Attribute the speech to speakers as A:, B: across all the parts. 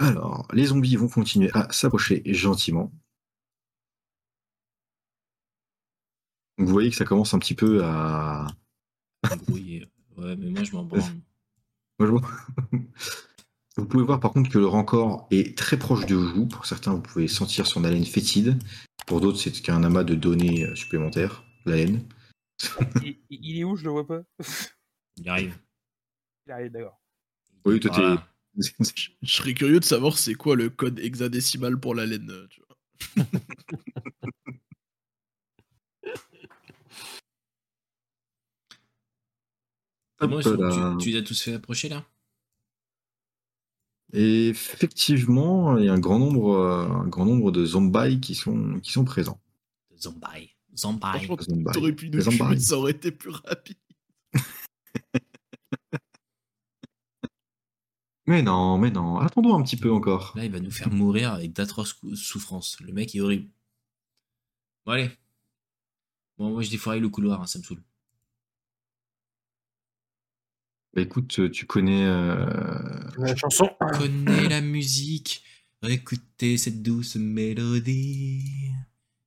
A: Alors, les zombies vont continuer à s'approcher gentiment. Donc, vous voyez que ça commence un petit peu à.
B: Embrouillé. Ouais, mais moi je m'en branle.
A: Moi, je vois. Vous pouvez voir par contre que le rancor est très proche de vous. Pour certains, vous pouvez sentir son haleine fétide. Pour d'autres, c'est qu'un amas de données euh, supplémentaires, l'haleine.
C: il, il- il est où Je le vois pas.
B: Il arrive.
C: Il arrive, d'accord.
A: Oui, toi, t'es-
B: Voilà.
D: Je serais curieux de savoir c'est quoi le code hexadécimal pour la laine. euh, tu vois.
B: Comment ils sont-
A: Hop là.
B: tu, tu les as tous fait approcher là
A: Et effectivement, il y a un grand nombre, euh, un grand nombre de zombies qui sont, qui sont présents.
B: Zombie. Zombie.
D: Franchement,
A: Zombies.
D: T'aurais pu
A: Les
D: nous
A: embarrer.
D: tuer, ça aurait été plus rapide.
A: Mais non, mais non, attendons un petit peu encore.
B: Là, il va nous faire mourir avec d'atroces cou- souffrances. Le mec est horrible. Bon, allez. Bon, moi, je défouraille le couloir, hein, ça me saoule.
A: Bah, écoute, tu connais. euh,
C: La chanson.
B: Connais la musique, écoutez cette douce mélodie.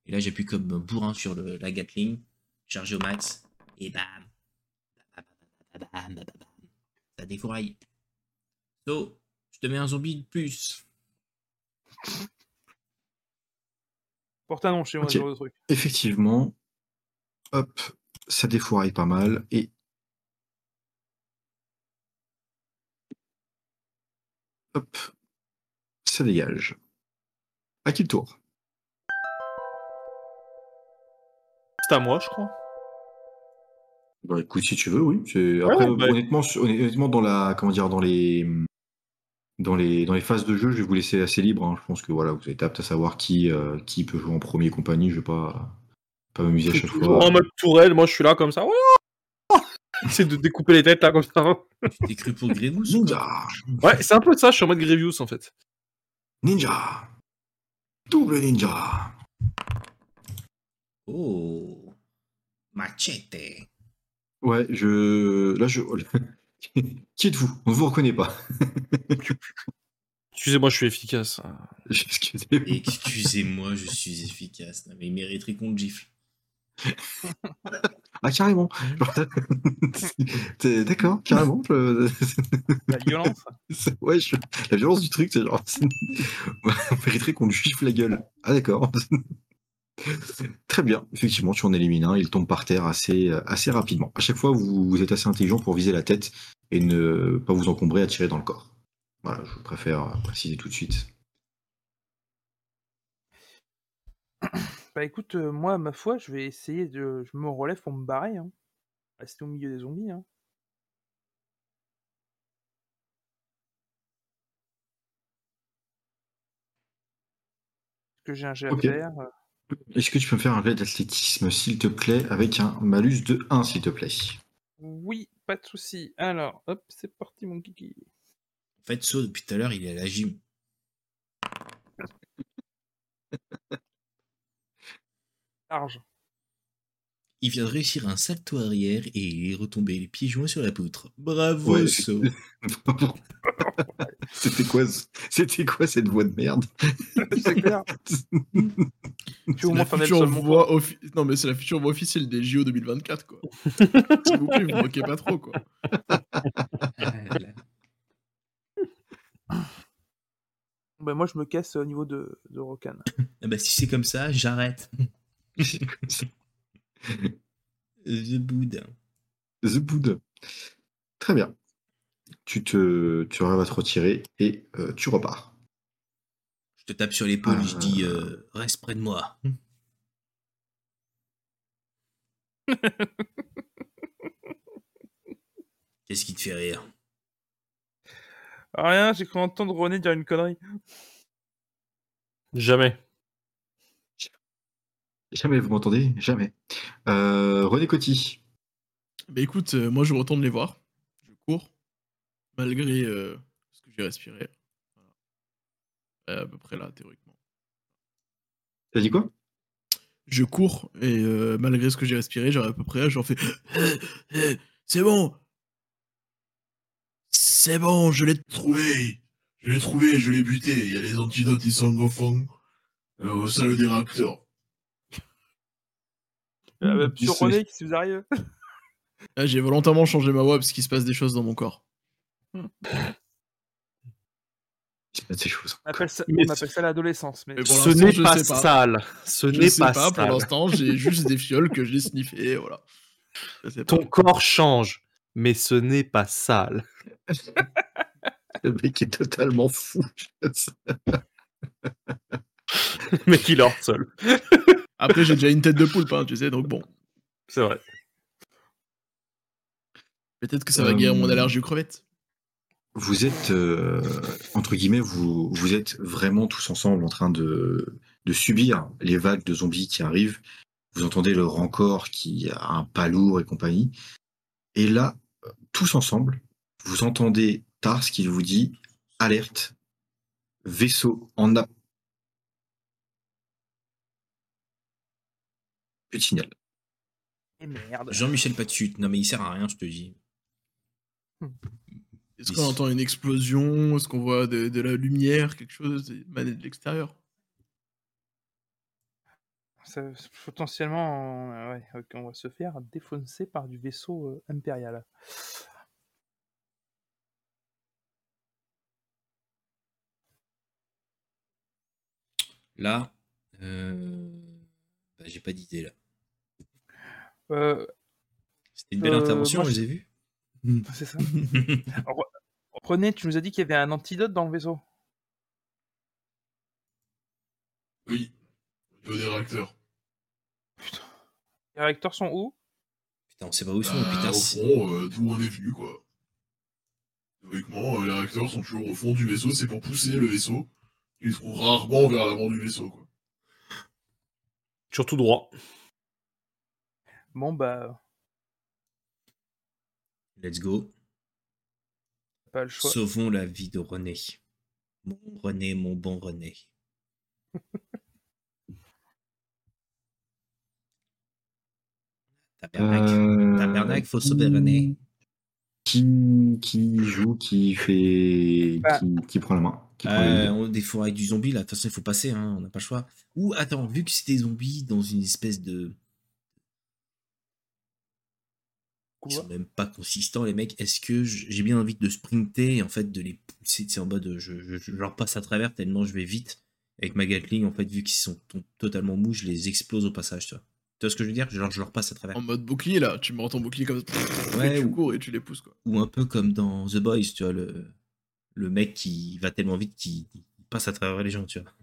B: Et là, j'appuie comme un bourrin sur le- la Gatling, chargé au max, et bam. Bam, bam, bam, bam, bam, bam. Ça défouraille. So, je te mets un zombie de plus.
C: Porte un nom chez moi,
A: Ok.
C: ce genre de truc.
A: Effectivement, hop, ça défouraille pas mal. Et. Hop, ça dégage. À qui le tour
E: C'est à moi, je crois.
A: Bah écoute, si tu veux, oui. C'est- Après,
E: ouais, bah-
A: honnêtement, su- honn- honnêtement, dans la, comment dire, dans les, dans les, dans les phases de jeu, je vais vous laisser assez libre. hein. Je pense que voilà, vous êtes apte à savoir qui, euh, qui peut jouer en premier et compagnie. Je vais pas, pas m'amuser à chaque
E: Toujours
A: fois.
E: en mode tourelle, moi je suis là comme ça. C'est de découper les têtes là comme ça.
B: Tu t'es cru pour Grégousse ou quoi
A: Ninja,
E: Ouais, c'est un peu ça, je suis en mode Grievous en fait.
A: ninja, double ninja.
B: Oh, machete.
A: Ouais, je, là je, qui êtes-vous On ne vous reconnaît pas.
E: Excusez-moi, je suis efficace.
A: Excusez-moi.
B: Excusez-moi, je suis efficace. Non, mais il mériterait qu'on le gifle.
A: Ah carrément. T'es- D'accord, carrément. je-
C: La violence.
A: C'est- Ouais, je- la violence du truc, c'est genre. c'est- On mériterait qu'on lui chiffre la gueule. Ah, d'accord. Très bien. Effectivement, tu en élimines un. Il tombe par terre assez, euh, assez rapidement. À chaque fois, vous, vous êtes assez intelligent pour viser la tête et ne pas vous encombrer à tirer dans le corps. Voilà, je préfère euh, préciser tout de suite.
C: Bah écoute, euh, moi, ma foi, je vais essayer de. Je me relève pour me barrer. Hein. Rester au milieu des zombies. Hein. Est-ce que j'ai un jet à
A: Ok.
C: faire euh,
A: Est-ce que tu peux me faire un jet d'athlétisme, s'il te plaît, avec un malus de 1, s'il te plaît
C: Oui, pas de souci. Alors, hop, c'est parti, mon kiki.
B: En fait, So, depuis tout à l'heure, il est à la gym.
C: Large.
B: Il vient de réussir un salto arrière et il est retombé les pieds joints sur la poutre. Bravo,
A: Ouais,
B: So.
A: C'était quoi, ce- c'était quoi cette voix de merde
C: C'est clair. Tu veux au
D: C'est la
C: moins faire des
D: future
C: leçons de mon
D: voix offi- Non, mais c'est la future voix officielle des JO 2024, quoi. S'il vous plaît, vous moquez pas trop, quoi.
B: Ah
C: Bah, moi, je me casse au niveau de, de Rokan.
B: Ah bah, si c'est comme ça, j'arrête. The Boudin.
A: The Boud. Très bien. Tu te, tu arrives à te retirer et euh, tu repars.
B: Je te tape sur l'épaule et je
A: Euh.
B: dis euh, Reste près de moi. Qu'est-ce qui te fait rire
C: Ah, rien, j'ai cru entendre René dire une connerie.
E: Jamais.
A: Jamais, vous m'entendez Jamais. Euh, René Coty.
D: Bah écoute, euh, moi je retourne les voir. Je cours. Malgré euh, ce que j'ai respiré. Voilà. Euh, à peu près là, théoriquement.
A: T'as dit quoi
D: Je cours et euh, malgré ce que j'ai respiré, j'arrive à peu près là, j'en fais. C'est bon C'est bon, je l'ai trouvé
F: Je l'ai trouvé, je l'ai buté. Il y a les antidotes, ils sont au fond. Euh, au salle des réacteurs.
C: Ah, bah,
A: Ils
C: Sur
A: sont-
C: René, qu'est-ce qui vous arrive
D: Là, Ah, j'ai volontairement changé ma voix parce qu'il se passe des choses dans mon corps.
A: Il se passe des choses.
C: On appelle ça,
E: Mais
C: on appelle ça l'adolescence. Mais...
D: Mais pour
E: Ce
D: l'instant,
E: n'est
D: je
E: pas
D: sais pas.
E: sale. Ce
D: Je
E: n'est
D: sais
E: pas,
D: pour
E: sale.
D: l'instant, j'ai juste des fioles que j'ai sniffées, voilà. Je sais pas.
E: Ton corps change, mais ce n'est pas sale.
A: Le mec est totalement fou.
E: Le mec, il est hors sol.
D: Après, j'ai déjà une tête de poulpe, hein, tu sais, donc bon.
E: C'est vrai.
D: Peut-être que ça va
A: Euh,
D: guérir mon allergie aux crevettes.
A: Vous êtes, euh, entre guillemets, vous, vous êtes vraiment tous ensemble en train de, de subir les vagues de zombies qui arrivent. Vous entendez le rancor qui a un pas lourd et compagnie. Et là, tous ensemble, vous entendez Tars qui vous dit alerte, vaisseau en a. Petit signal.
C: Eh merde.
B: Jean-Michel, pas de suite. Non, mais il sert à rien, je te dis.
D: Est-ce
B: Mais
D: qu'on
B: si-
D: entend une explosion Est-ce qu'on voit de, de la lumière, quelque chose émané de l'extérieur
C: Ça- potentiellement, on, euh, ouais, ok, on va se faire défoncer par du vaisseau euh, impérial.
B: Là, euh, bah, j'ai pas d'idée là.
C: Euh,
B: C'était une belle
C: Euh,
B: intervention,
C: moi,
B: on les a vus.
C: c'est ça. Re- René, tu nous as dit qu'il y avait un antidote dans le vaisseau.
F: Oui. Au niveau des réacteurs.
C: Les réacteurs sont où
B: Putain, on sait pas où ils sont.
F: Bah,
B: putain,
F: au
B: c'est-
F: fond, euh, d'où on est venu, quoi. Théoriquement, euh, les réacteurs sont toujours au fond du vaisseau, c'est pour pousser le vaisseau. Ils se trouvent rarement vers l'avant du vaisseau, quoi.
E: Surtout droit.
C: Bon, bah,
B: let's go.
C: pas le choix.
B: Sauvons la vie de René. Mon René, mon bon René. Tabernacle. Tabernacle, faut sauver René.
A: Qui, qui joue, qui fait,
C: Bah.
A: qui, qui prend la main, qui prend les-
B: Euh, on- des fois avec du zombie, là, de toute façon, il faut passer, hein, on n'a pas le choix. Ou attends, vu que c'est des zombies dans une espèce de. Ils sont
C: Couloir.
B: même pas consistants, les mecs. Est-ce que j- j'ai bien envie de sprinter et en fait de les pousser C'est en mode je, je- je leur passe à travers tellement je vais vite. Avec ma Gatling, en fait, vu qu'ils sont to- totalement mous, je les explose au passage, tu vois. Tu vois ce que je veux dire je leur, je leur passe à travers.
D: En mode bouclier, là. Tu me rends ton bouclier comme ça.
B: Ouais,
D: et tu
B: ou-
D: cours et tu les pousses, quoi.
B: Ou un peu comme dans The Boys, tu vois, le, le mec qui va tellement vite qu'il il passe à travers les gens, tu vois.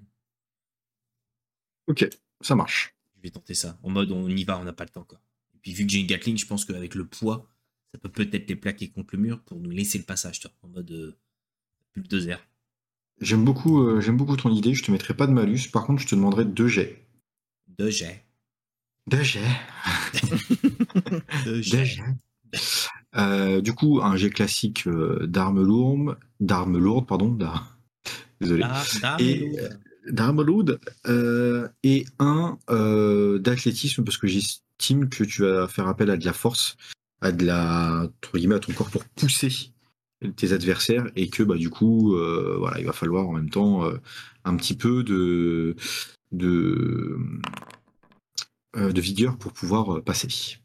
A: Ça marche.
B: je vais tenter ça. En mode, on y va, on n'a pas le temps. Quoi. Et puis, vu que j'ai une Gatling, je pense qu'avec le poids, ça peut peut-être les plaquer contre le mur pour nous laisser le passage, tu vois, en mode euh, bulldozer.
A: J'aime beaucoup, euh, j'aime beaucoup ton idée. Je te mettrai pas de malus. Par contre, je te demanderai deux jets.
B: Deux jets.
A: Deux jets.
B: Deux
A: Deux
B: jets.
A: jets. Euh, du coup, un jet classique euh, d'armes lourdes, d'armes lourdes, pardon, d'ar- désolé,
B: Ah, dame
A: Et,
B: et lourde.
A: d'armes lourdes, euh, et un euh, d'athlétisme parce que j'estime que tu vas faire appel à de la force, à de la, entre guillemets, à ton corps pour pousser tes adversaires et que bah du coup, euh, voilà, il va falloir en même temps euh, un petit peu de de euh, de vigueur pour pouvoir euh, passer.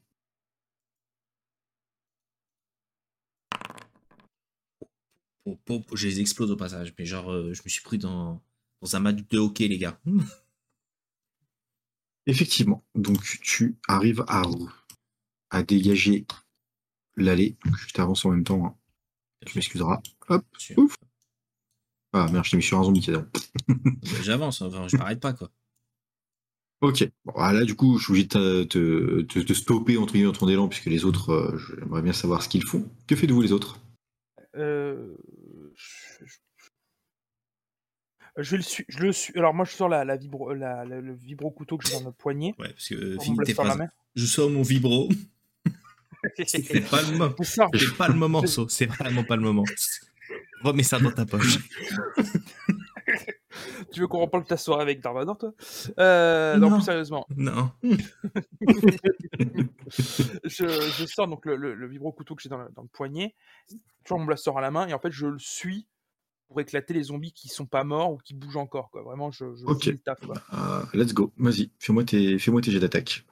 B: Pom, pom, pom, je les explose au passage. Mais genre, euh, je me suis pris dans, dans un match de hockey, les gars.
A: Effectivement. Donc, tu arrives à, à dégager l'allée. Donc, Je t'avance en même temps. hein. Tu m'excuseras. Hop.
B: Bien sûr.
A: Ouf. Ah merde, je t'ai mis sur un zombie. tiens donc.
B: Euh, J'avance, enfin, je m'arrête pas, quoi.
A: Ok. Bon, ah, là, du coup, je suis obligé de te, te- te stopper entre guillemets dans ton élan, puisque les autres, euh, j'aimerais bien savoir ce qu'ils font. Que faites-vous les autres
C: Euh, je, je- je vais le suis. Je le suis. Alors moi, je sors la, la vibro, la- la- le vibro couteau que j'ai dans le poignet.
B: Ouais, parce que euh,
C: pour me
B: finis tes
C: blesser par la
B: phrases. Je sors mon vibro.
C: main.
B: C'est pas le moment.
C: Je sors-
B: C'est pas le moment, So. C'est vraiment pas le moment. Remets ça dans ta poche.
C: Tu veux qu'on reparle de ta soirée avec Darvador, toi euh, non.
B: Non.
C: plus sérieusement.
B: Non.
C: je, je sors donc le, le, le vibro couteau que j'ai dans, le- dans le poignet, toujours mon blaster à la main, et en fait je le suis pour éclater les zombies qui sont pas morts ou qui bougent encore. Quoi. Vraiment, je, je
A: Ok.
C: fais le taf. quoi.
A: Euh, let's go. Vas-y, fais-moi tes, fais-moi tes jets d'attaque.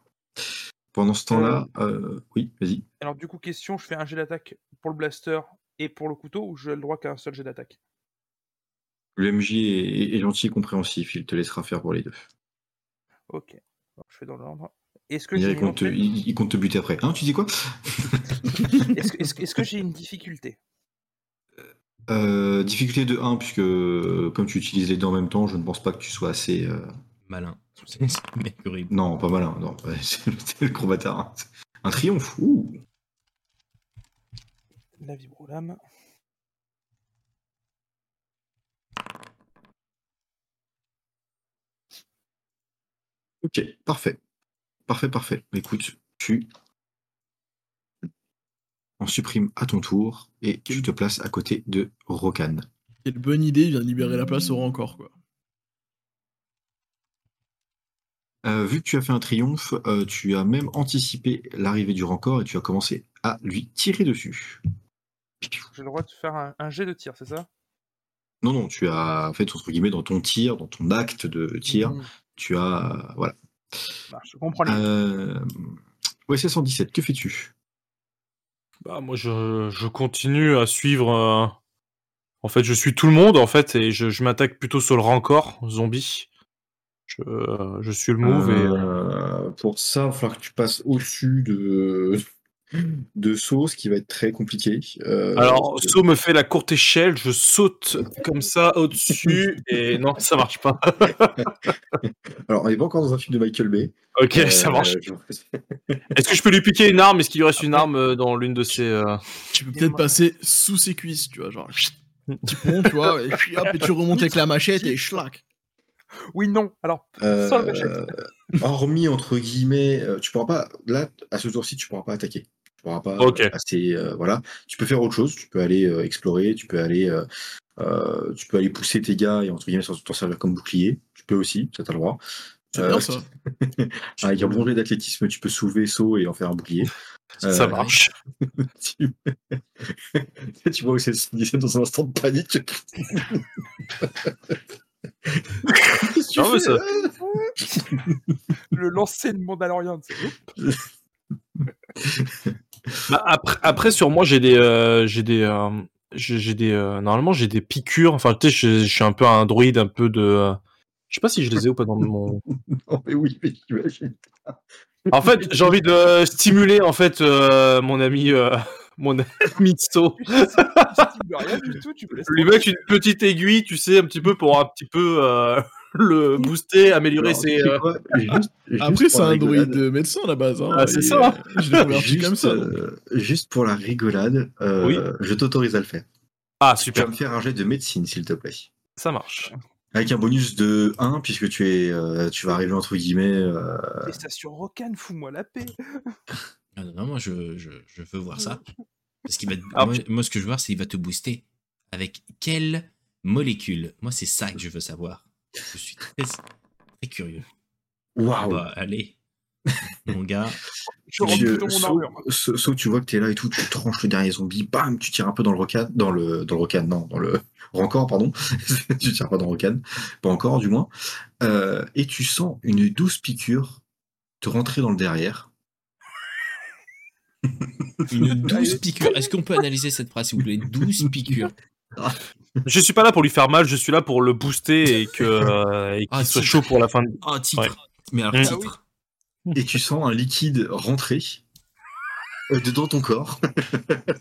A: Pendant ce temps-là, euh, oui, vas-y.
C: Alors, du coup, question je fais un jet d'attaque pour le blaster et pour le couteau ou j'ai le droit qu'à un seul jet d'attaque
A: Le MJ est, est gentil et compréhensif, il te laissera faire pour les deux.
C: Ok. Alors, je fais dans l'ordre. Est-ce que
A: Il,
C: j'ai
A: dirait
C: une
A: qu'on te-
C: entrée-
A: il- il compte te buter après. Hein, tu dis quoi
C: est-ce que- est-ce que- est-ce que j'ai une difficulté
A: Euh, Difficulté de 1, puisque euh, comme tu utilises les deux en même temps, je ne pense pas que tu sois assez. euh,
B: Malin. C'est c'est mec horrible.
A: Non, pas malin. Non, c'est le, c'est le gros bâtard. hein. Un triomphe. ouh.
C: La vibrolame.
A: Ok, parfait. Parfait, parfait. Bah, Écoute, tu en supprimes à ton tour et tu te places à côté de Rokan.
D: Quelle bonne idée, il vient de libérer la place au rancor, quoi.
A: Euh, vu que tu as fait un triomphe, euh, tu as même anticipé l'arrivée du rancor et tu as commencé à lui tirer dessus.
C: J'ai le droit de faire un, un jet de tir, c'est ça
A: Non, non, tu as en fait entre guillemets dans ton tir, dans ton acte de tir,
C: Mmh,
A: tu as voilà.
C: ça marche. Bah, Je comprends. les-
A: Euh... Ouais, c'est 117. Que fais-tu
E: Bah, moi, je, je continue à suivre. euh, En fait, je suis tout le monde, en fait, et je, je m'attaque plutôt sur le rancor, zombie. Je, euh, je suis le move et. euh,
A: Euh, pour ça, il va falloir que tu passes au-dessus de... de saut, ce qui va être très compliqué. Euh,
E: Alors,
A: euh,
E: Saut me fait la courte échelle, je saute comme ça au-dessus, et non, ça marche pas.
A: alors, on n'est pas encore dans un film de Michael Bay.
E: Ok,
A: Euh,
E: ça marche.
A: je-
E: Est-ce que je peux lui piquer une arme Est-ce qu'il lui reste une arme euh, dans l'une de ses. euh,
D: Tu peux
C: Et
D: peut-être
C: moi-
D: passer sous ses cuisses, tu vois, genre. Petit pont, tu vois, et, puis hop, et tu remontes avec la machette et schlac.
C: Oui, non. Alors,
A: Euh,
C: Sans la machette.
A: hormis entre guillemets, euh, tu pourras pas là à ce tour-ci, tu pourras pas attaquer. Tu pourras pas
E: Ok.
A: euh, passer, euh, voilà. Tu peux faire autre chose. Tu peux aller euh, explorer. Tu peux aller, euh, euh, tu peux aller pousser tes gars et entre guillemets s'en- t'en servir comme bouclier. Tu peux aussi, ça t'as le droit.
D: C'est
A: Euh,
D: bien ça.
A: Avec un bon jet d'athlétisme, tu peux soulever, saut et en faire un bouclier.
E: Ça
A: Euh,
E: marche.
A: tu... tu vois où c'est le 77 dans un instant de panique. Qu'est-ce que tu
E: Non, mais
A: fais,
E: ça-
A: là
C: le lancer de Mandalorian. c'est-
E: Bah, après, après, sur moi, j'ai des. euh, j'ai des. euh, j'ai j'ai des euh, normalement, j'ai des piqûres. Enfin, tu sais, je, je suis un peu un druide, un peu de. euh, je sais pas si je les ai ou pas dans mon.
A: Oh, mais oui, mais j'imagine.
E: En fait, j'ai envie de euh, stimuler en fait euh, mon ami euh, mon ami Tso.
C: Tu stimules rien du tout. Tu peux laisser
E: Lui
C: tomber.
E: mettre une petite aiguille, tu sais, un petit peu pour un petit peu euh, le booster, améliorer
A: Alors,
E: ses.
A: tu sais
E: euh,
A: quoi Juste- juste
D: Après,
A: pour
D: c'est
A: la
D: un
A: rigolade,
D: druide de médecin à la base. Hein,
E: Ah, c'est
D: et,
E: ça.
D: euh, Je l'ai converti
A: Juste,
D: comme ça. donc.
A: euh, juste pour la rigolade, euh,
E: Oui.
A: je t'autorise à le faire.
E: Ah
A: Tu vas
E: super,
A: me faire un jet de médecine, s'il te plaît.
E: ça marche.
A: Avec un bonus de 1, puisque tu, es, euh, tu vas arriver entre guillemets. euh,
C: Mais ça sur Rocan, fous-moi la paix.
B: Ah non, non, moi je, je, je veux voir ça. Parce qu'il va. te-
E: Ah,
B: moi, moi, ce que je veux voir, c'est qu'il va te booster. Avec quelle molécule Moi, c'est ça que je veux savoir. Je suis très, très curieux.
A: Waouh!
B: Bah, allez, mon gars.
C: Je rentre
A: Dieu,
C: plutôt mon
A: saut-
C: armure.
A: saut- saut, tu vois que t'es là et tout, tu tranches le dernier zombie, bam, tu tires un peu dans le rocan, dans le, dans le rocan, non, dans le rancor, pardon. tu tires pas dans le rocan, pas encore du moins. Euh, et tu sens une douce piqûre te rentrer dans le derrière.
B: Une douce piqûre. Est-ce qu'on peut analyser cette phrase, s'il vous plaît Douce piqûre.
E: Je suis pas là pour lui faire mal, je suis là pour le booster et que euh, et qu'il
B: Ah,
E: soit
B: si.
E: chaud pour la fin. De...
B: Ah, titre.
E: Ouais.
B: Mais alors,
E: Mm.
B: titre.
A: Et tu sens un liquide rentrer euh, dedans ton corps.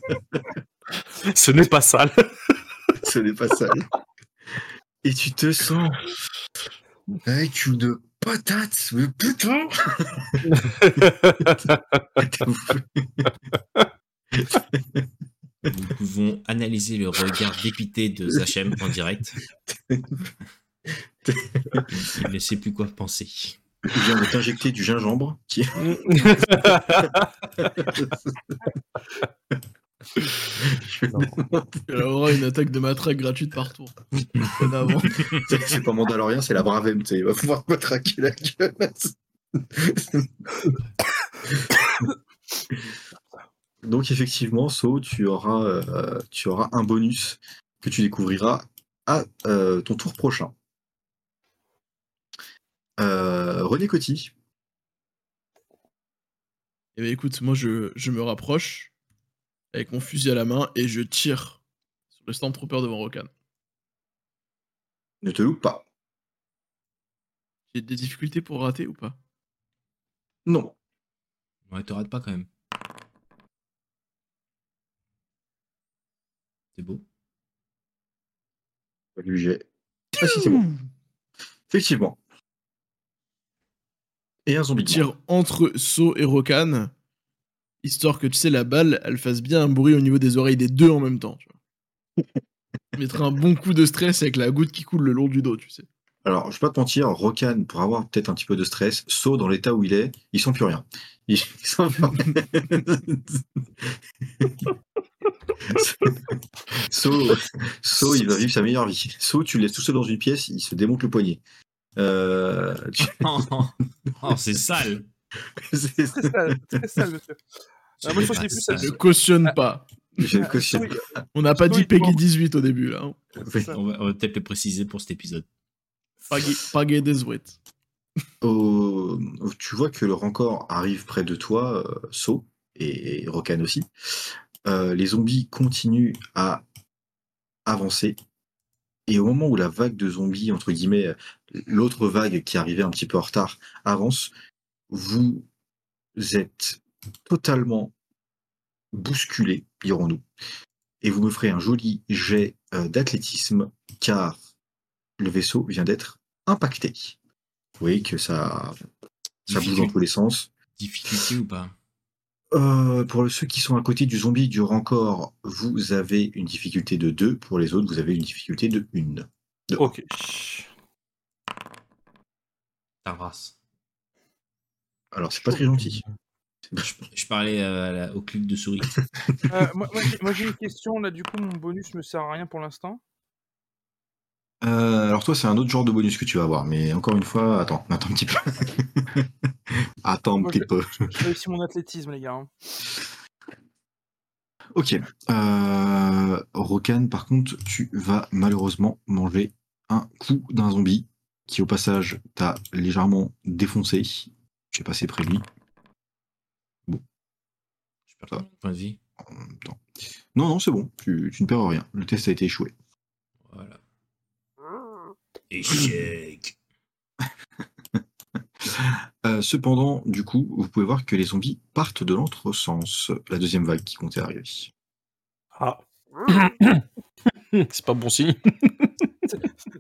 E: Ce n'est pas sale.
A: Ce n'est pas sale. Et tu te sens avec une patate, mais putain! T'es ouf.
B: Nous pouvons analyser le regard dépité de Zachem en direct. Il ne sait plus quoi penser.
A: Il vient de t'injecter du gingembre qui Je vais
E: Non.
A: demander-
D: Elle aura une attaque de matraque gratuite par tour. En avant.
A: C'est- c'est pas Mandalorian, c'est la Bravem, tu sais, il va pouvoir me traquer la gueule. Donc effectivement, So, tu auras, euh, tu auras un bonus que tu découvriras à euh, ton tour prochain. Euh, René Coty,
D: Et ben écoute, moi je, je me rapproche avec mon fusil à la main et je tire sur le Stormtrooper devant Rokan.
A: ne te loupe pas.
D: J'ai des difficultés pour rater ou pas
A: Non.
B: Ouais, te rate pas quand même. C'est beau.
A: Pas du jet. Ah si, c'est bon. Effectivement. Et un
D: Je
A: zombie. de moins.
D: tire entre So et Rokan, histoire que tu sais, la balle, elle fasse bien un bruit au niveau des oreilles des deux en même temps. Tu vois. Mettre un bon coup de stress avec la goutte qui coule le long du dos, tu sais.
A: Alors, je vais pas te mentir, Rokan, pour avoir peut-être un petit peu de stress, saut dans l'état où il est, ils sont plus rien. Ils ils sont plus rien. Saut, Saut, il va vivre sa meilleure vie. Saut, tu le laisses tout seul dans une pièce, il se démonte le poignet. Euh, tu-
B: Oh, oh, c'est sale.
A: c'est-
C: Très sale, très sale, monsieur. Ah, moi, je pense que c'est plus
B: sale.
D: Je cautionne pas.
A: je
C: Ah,
A: cautionne.
C: oui,
D: On n'a pas
C: Stoïquement.
D: dit Peggy 18 au début, là. hein.
C: c'est ça.
B: On va, on va peut-être le préciser pour cet épisode.
D: Peggy, Peggy 18.
A: Au- tu vois que le rancor arrive près de toi, euh, Saut, et, et Rokan aussi. Euh, les zombies continuent à avancer. Et au moment où la vague de zombies, entre guillemets, l'autre vague qui arrivait un petit peu en retard, avance, vous êtes totalement bousculé, dirons-nous. Et vous me ferez un joli jet euh, d'athlétisme, car le vaisseau vient d'être impacté. Vous voyez que ça, ça bouge dans tous les sens.
B: Difficulté ou pas
A: Euh, pour ceux qui sont à côté du zombie du rancor, vous avez une difficulté de 2. Pour les autres, vous avez une difficulté de 1.
E: Ok.
B: T'embrasse.
A: Alors, c'est pas très gentil.
B: Je parlais euh, à la- au clic de souris.
C: euh, moi, moi, j'ai- moi, j'ai une question, là, du coup, mon bonus me sert à rien pour l'instant.
A: Euh, alors toi, c'est un autre genre de bonus que tu vas avoir, mais encore une fois, attends, attends un petit peu. attends un
C: Moi,
A: petit
C: je-
A: peu.
C: J'ai réussi mon athlétisme, les gars. hein.
A: Ok. Euh, Rokan, par contre, tu vas malheureusement manger un coup d'un zombie qui, au passage, t'a légèrement défoncé. J'ai passé près de lui.
B: Je perds combien de points de vie.
A: en même temps. Non, non, c'est bon, tu, tu ne perds rien. Le test a été échoué.
B: Voilà. Échec.
A: Euh, cependant, du coup, vous pouvez voir que les zombies partent de l'entre-sens, la deuxième vague qui comptait arriver.
E: Ah. c'est pas bon signe.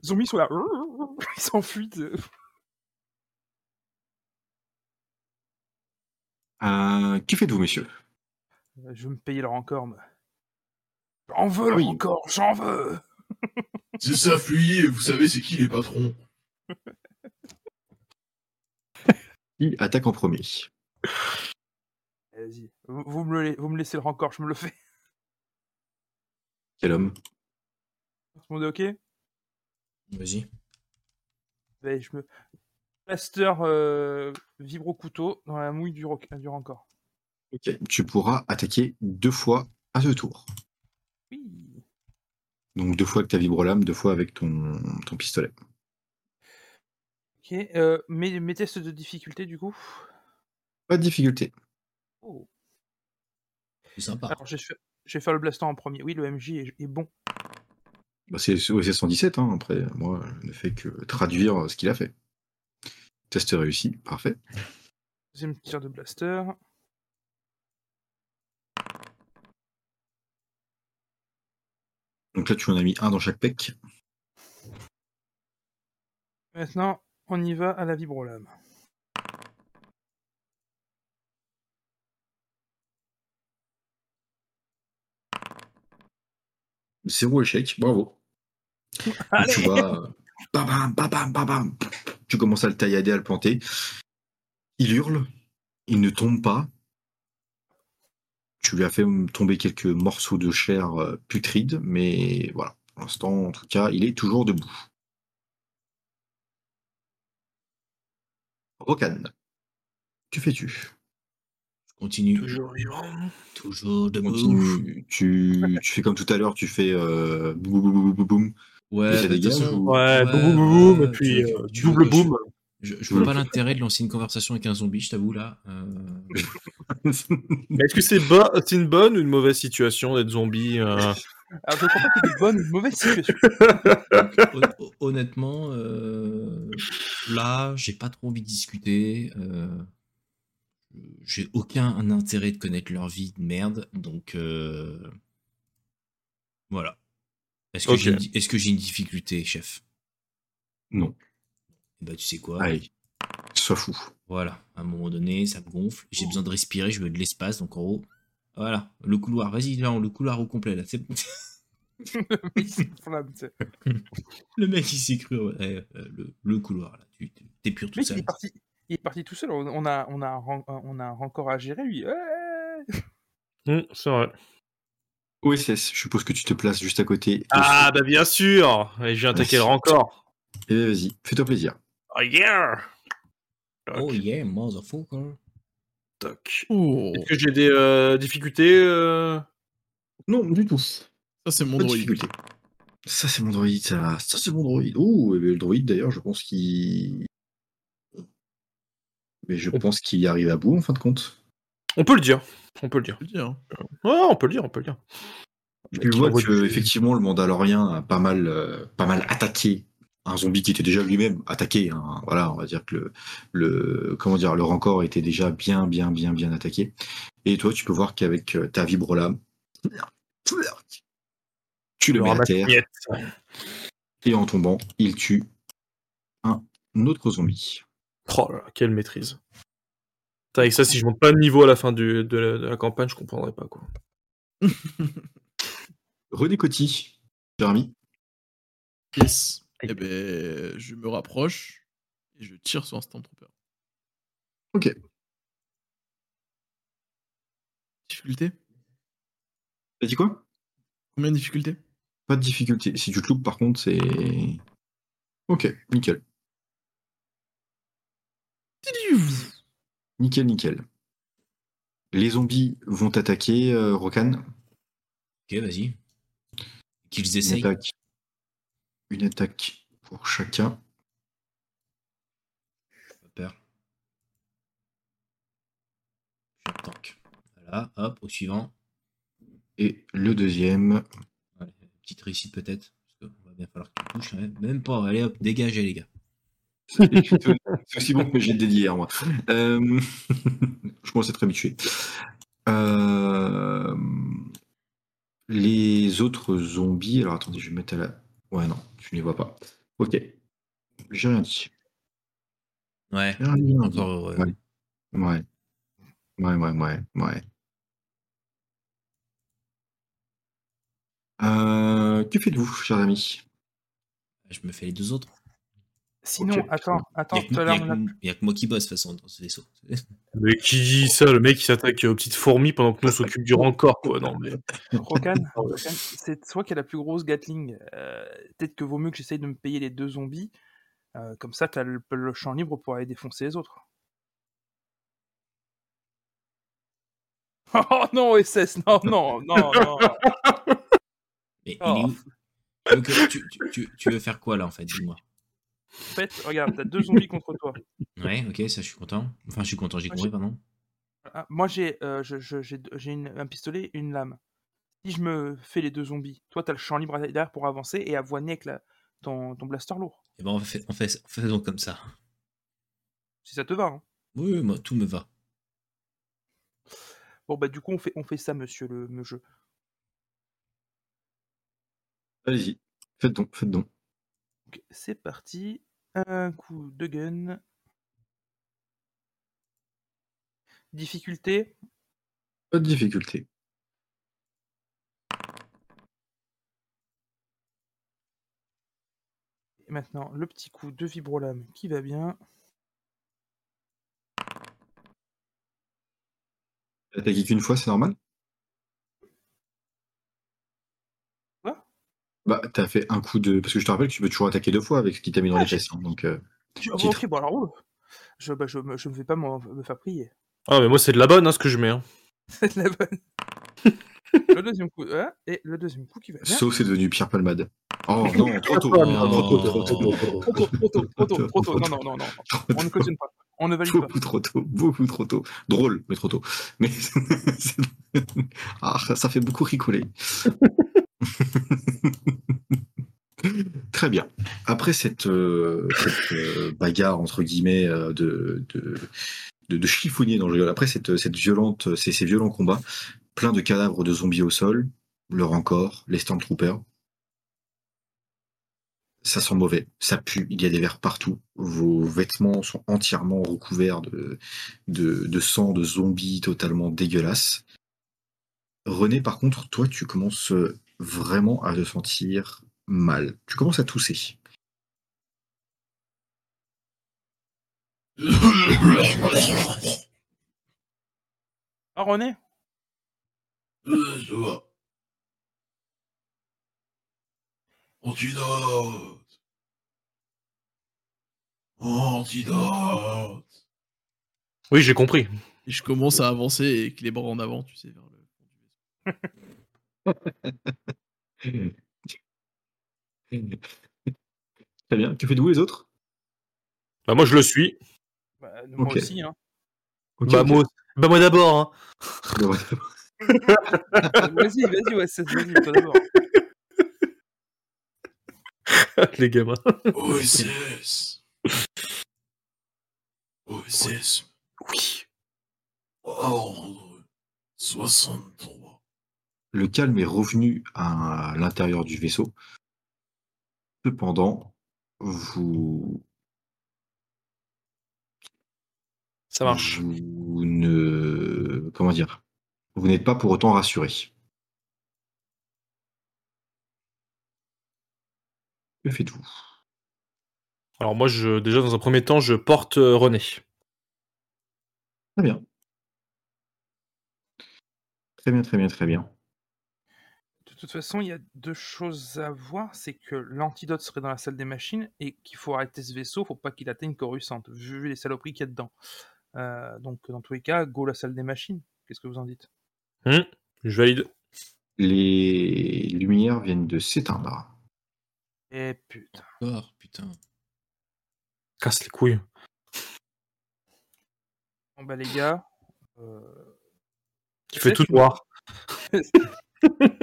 C: Zombies sont là. Ils s'enfuient. euh.
A: Euh, que faites-vous, messieurs
C: Euh, Je vais me payer leur encore, moi. J'en veux leur
A: Oui.
C: encore, j'en veux
F: C'est ça, fuyez, vous savez c'est qui les patrons.
A: Qui attaque en premier
C: Eh, Vas-y, vous, vous me le- vous me laissez le rancor, je me le fais.
A: Quel homme
C: Tout le monde est ok
B: Vas-y.
C: Allez, je me... Blaster euh, vibre au couteau dans la mouille du, roc- euh, du rancor.
A: Ok. Tu pourras attaquer deux fois à ce tour.
C: Oui
A: Donc deux fois avec ta vibrolame, deux fois avec ton, ton pistolet.
C: Ok, euh, mes, mes tests de difficulté, du coup
A: Pas de difficulté.
C: Oh.
B: C'est sympa.
C: Alors, je, vais fa- je vais faire le blaster en premier. Oui, le MJ est, est bon.
A: Bah, c'est ouais, c'est 117, hein, après, moi, je ne fais que traduire euh, ce qu'il a fait. Test réussi, parfait.
C: Deuxième tir de blaster.
A: Donc là, tu en as mis un dans chaque pec.
C: Maintenant, on y va à la vibrolame.
A: Zéro échec, bravo. Donc, tu vois, euh, babam, babam, babam. Tu commences à le taillader, à le planter. Il hurle, il ne tombe pas. Tu lui as fait tomber quelques morceaux de chair euh, putride, mais voilà. Pour l'instant, en tout cas, il est toujours debout. Rokan, que fais-tu
B: Je continue.
E: Toujours vivant.
B: Toujours de
A: Continue. tu, tu fais comme tout à l'heure, tu fais euh, boum boum boum boum boum, boum, Mais
B: Ouais,
A: ça
B: bah, de toute
A: dégage
B: façon,
A: ou-
E: Ouais,
B: Ouais,
E: boum, boum,
B: ouais,
E: boum,
B: ouais,
E: et puis
B: tu-
E: euh,
B: tu-
E: double
B: tu-
E: boom.
B: je, je vois pas l'intérêt de lancer une conversation avec un zombie, je t'avoue, là. Euh,
E: Est-ce que c'est bo- c'est une bonne ou une mauvaise situation d'être zombie euh
C: Alors, je crois pas qu'il y ait de bonne ou de mauvaise situation.
B: hon- hon- honnêtement, euh, là, j'ai pas trop envie de discuter. euh, j'ai aucun intérêt de connaître leur vie de merde, donc euh, voilà. Est-ce que
E: Ok.
B: j'ai une, di- est-ce que j'ai une difficulté, chef
A: Non.
B: Bah, tu sais quoi
A: Allez, sois fou.
B: Voilà, à un moment donné, ça me gonfle. J'ai besoin de respirer, je veux de l'espace, donc en gros, voilà, le couloir. Vas-y, là, on le couloir au complet, là. C'est bon.
C: Flamme, tu sais.
B: le mec, il s'est cru. ouais, euh, le, le couloir, là. Tu tu- t'épures
C: Le
B: tout
C: mec, il
B: seul.
C: est parti. Il est parti tout seul. On on a, on a, un, ran- on a un rancor à gérer, lui. Ouais.
E: Hmm, C'est vrai.
A: OSS, je suppose que tu te places juste à côté. de-
E: Ah, bah bien sûr Et j'ai attaqué le rancor.
A: Eh ben, vas-y, fais-toi plaisir.
E: Oh yeah Toc,
B: Oh yeah, motherfucker.
E: toc.
D: Oh,
E: Est-ce que j'ai des euh, difficultés euh
A: Non, du tout.
D: ça c'est mon
A: Pas de
D: droïde.
A: difficulté. Ça, c'est mon droïde, ça. Ça, c'est mon droïde. Oh, et le droïde, d'ailleurs, je pense qu'il. Mais je pense qu'il arrive à bout, en fin de compte.
E: On peut le dire. On peut le dire.
D: Je veux dire.
E: Oh, on peut le dire, on peut le dire.
A: Tu
E: Bah, Qui
A: vois
E: envoie
A: que,
E: du-
A: effectivement, le Mandalorien a pas mal, euh, pas mal attaqué un zombie qui était déjà lui-même attaqué. hein. Voilà, on va dire que le, le, comment dire, le rancor était déjà bien, bien, bien, bien attaqué. Et toi, tu peux voir qu'avec euh, ta vibrolame, tu le mets à
E: ramasse
A: terre.
E: miette.
A: et en tombant, il tue un autre zombie.
E: Oh là là, quelle maîtrise. Putain, Avec ça, si je monte pas de niveau à la fin du- de, la, de la campagne, je comprendrai pas quoi.
A: René Coty, cher ami,
D: Yes. Eh ben, je me rapproche et je tire sur un Stormtrooper.
A: Ok.
D: Difficulté
A: t'as dit quoi
D: Combien de difficulté
A: Pas de difficulté. Si tu te loupes, par contre, c'est. Ok, nickel. Nickel, nickel. Les zombies vont t'attaquer, euh, Rokan.
B: Ok, vas-y. Qu'ils
A: Une
B: essayent.
A: attaque. Une attaque pour chacun.
B: Pas peur. Je suis un tank. Voilà, hop, au suivant.
A: Et le deuxième.
B: Allez, petite réussite peut-être. Parce qu'on va bien falloir qu'il touche. hein. Même pas. Allez hop, dégagez les gars.
A: C'est aussi bon que j'ai dédié hier, moi. Euh, Je commence à être habitué. Euh, Les autres zombies. Alors attendez, je vais mettre à la. Ouais, non, tu ne les vois pas. Ok. J'ai rien dit.
B: Ouais.
A: J'ai rien dit.
B: Encore euh, heureux.
A: Ouais. Ouais. Ouais, ouais, ouais, ouais. Euh, que faites-vous, chers amis
B: Je me fais les deux autres.
C: Sinon,
A: Ok.
C: attends, attends,
B: Il
C: tout
B: n'y
C: à
B: a,
C: l'heure,
B: que-
C: on a-
B: y a que moi qui bosse de toute façon dans ce vaisseau.
E: Mais qui dit ça Le mec, il s'attaque aux petites fourmis pendant que nous, on s'occupe du rancor, quoi. Non, mais...
C: Rokan, Rokan, c'est toi qui as la plus grosse Gatling. Euh, Peut-être que vaut mieux que j'essaye de me payer les deux zombies. Euh, comme ça, t'as le, le champ libre pour aller défoncer les autres. Oh non, SS, non, non, non, non.
B: Mais il est
C: Oh.
B: où tu veux, que- tu- tu- tu- tu veux faire quoi là en fait Dis-moi.
C: En fait, regarde, t'as deux zombies contre toi.
B: Ouais, ok, ça je suis content. Enfin, je suis content, j'ai
C: Moi,
B: compris,
C: j'ai-
B: pardon.
C: Ah, Moi, j'ai euh, je- je- j'ai j'ai une- un pistolet et une lame. Si je me fais les deux zombies, toi, t'as le champ libre derrière pour avancer et avoiner avec la- ton, ton blaster lourd.
B: Et ben, on fait, on fait, faisons comme ça.
C: Si ça te va. hein.
B: Oui, oui, moi, tout me va.
C: Bon, bah, du coup, on fait, on fait ça, monsieur le, le jeu.
A: Allez-y, faites donc, faites donc.
C: Donc, c'est parti. Un coup de gun. Difficulté.
A: Pas de difficulté.
C: Et maintenant, le petit coup de vibrolame qui va bien.
A: Attaquer qu'une fois, c'est normal
C: Quoi
A: Bah, t'as fait un coup de. Parce que je te rappelle que tu peux toujours attaquer deux fois avec ce qui t'a mis dans
C: Ah,
A: les
C: j'ai-
A: fesses. hein, donc, euh,
C: Je- ah,
A: Titre.
C: ok, bon, alors, roule. Je, bah, je, me- je me vais pas m'en- me faire prier.
E: Ah, mais moi, c'est de la bonne, hein, ce que je mets. hein.
C: C'est de la bonne. le deuxième coup. hein, et le deuxième coup qui va bien.
A: Sauf c'est devenu Pierre Palmade. Oh non, trop tôt.
B: Oh,
A: trop tôt, trop tôt.
C: Trop tôt, trop tôt, trop tôt, trop tôt. Non, non, non, non. non. On ne cautionne pas. On ne valide pas.
A: Beaucoup trop tôt, beaucoup trop tôt. Drôle, mais trop tôt. Mais c'est- ah, ça, ça fait beaucoup ricoler. Très bien. Après cette, euh, cette, euh, bagarre entre guillemets euh, de, de, de, de chiffonnier, non je rigole. Après cette, cette violente, ces, ces violents combats, plein de cadavres de zombies au sol, leur encore, les stormtroopers. Ça sent mauvais, ça pue, il y a des vers partout. Vos vêtements sont entièrement recouverts de, de, de sang, de zombies totalement dégueulasses. René, par contre, toi, tu commences euh, vraiment à te sentir mal. Tu commences à tousser.
C: Ah, René
F: Euh, ça va. Antidote. Antidote.
E: Oui, j'ai compris.
D: Et je commence à avancer avec les bras en avant, tu sais, vers le fond du vaisseau.
A: Très bien. Tu fais de où les autres
E: Bah, moi, je le suis.
C: Bah, Moi
A: Ok.
C: aussi, hein.
A: Ok,
E: bah,
A: ok.
E: Moi, bah, moi d'abord. hein.
A: Bon, bah,
C: Euh, Vas-y, vas-y, ouais, c'est vas-y, toi d'abord.
E: les gamins.
F: OSS. OSS.
E: Oui.
F: Ordre 63.
A: Le calme est revenu à l'intérieur du vaisseau. Cependant, vous
E: Ça marche.
A: Vous ne. Comment dire Vous n'êtes pas pour autant rassuré. Que faites-vous
E: Alors, moi, je, déjà, dans un premier temps, je porte euh, René.
A: Très bien. Très bien, très bien, très bien.
C: De toute façon, il y a deux choses à voir. C'est que l'antidote serait dans la salle des machines et qu'il faut arrêter ce vaisseau pour pas qu'il atteigne Coruscant, vu les saloperies qu'il y a dedans. Euh, donc, dans tous les cas, go la salle des machines. Qu'est-ce que vous en dites
E: Je valide.
A: Les lumières viennent de s'éteindre.
C: Eh putain.
B: Encore, oh, putain.
E: Casse les couilles.
C: Bon, bah, les gars. euh,
E: Qui fait
C: Peut-être
E: tout
C: que-
E: noir.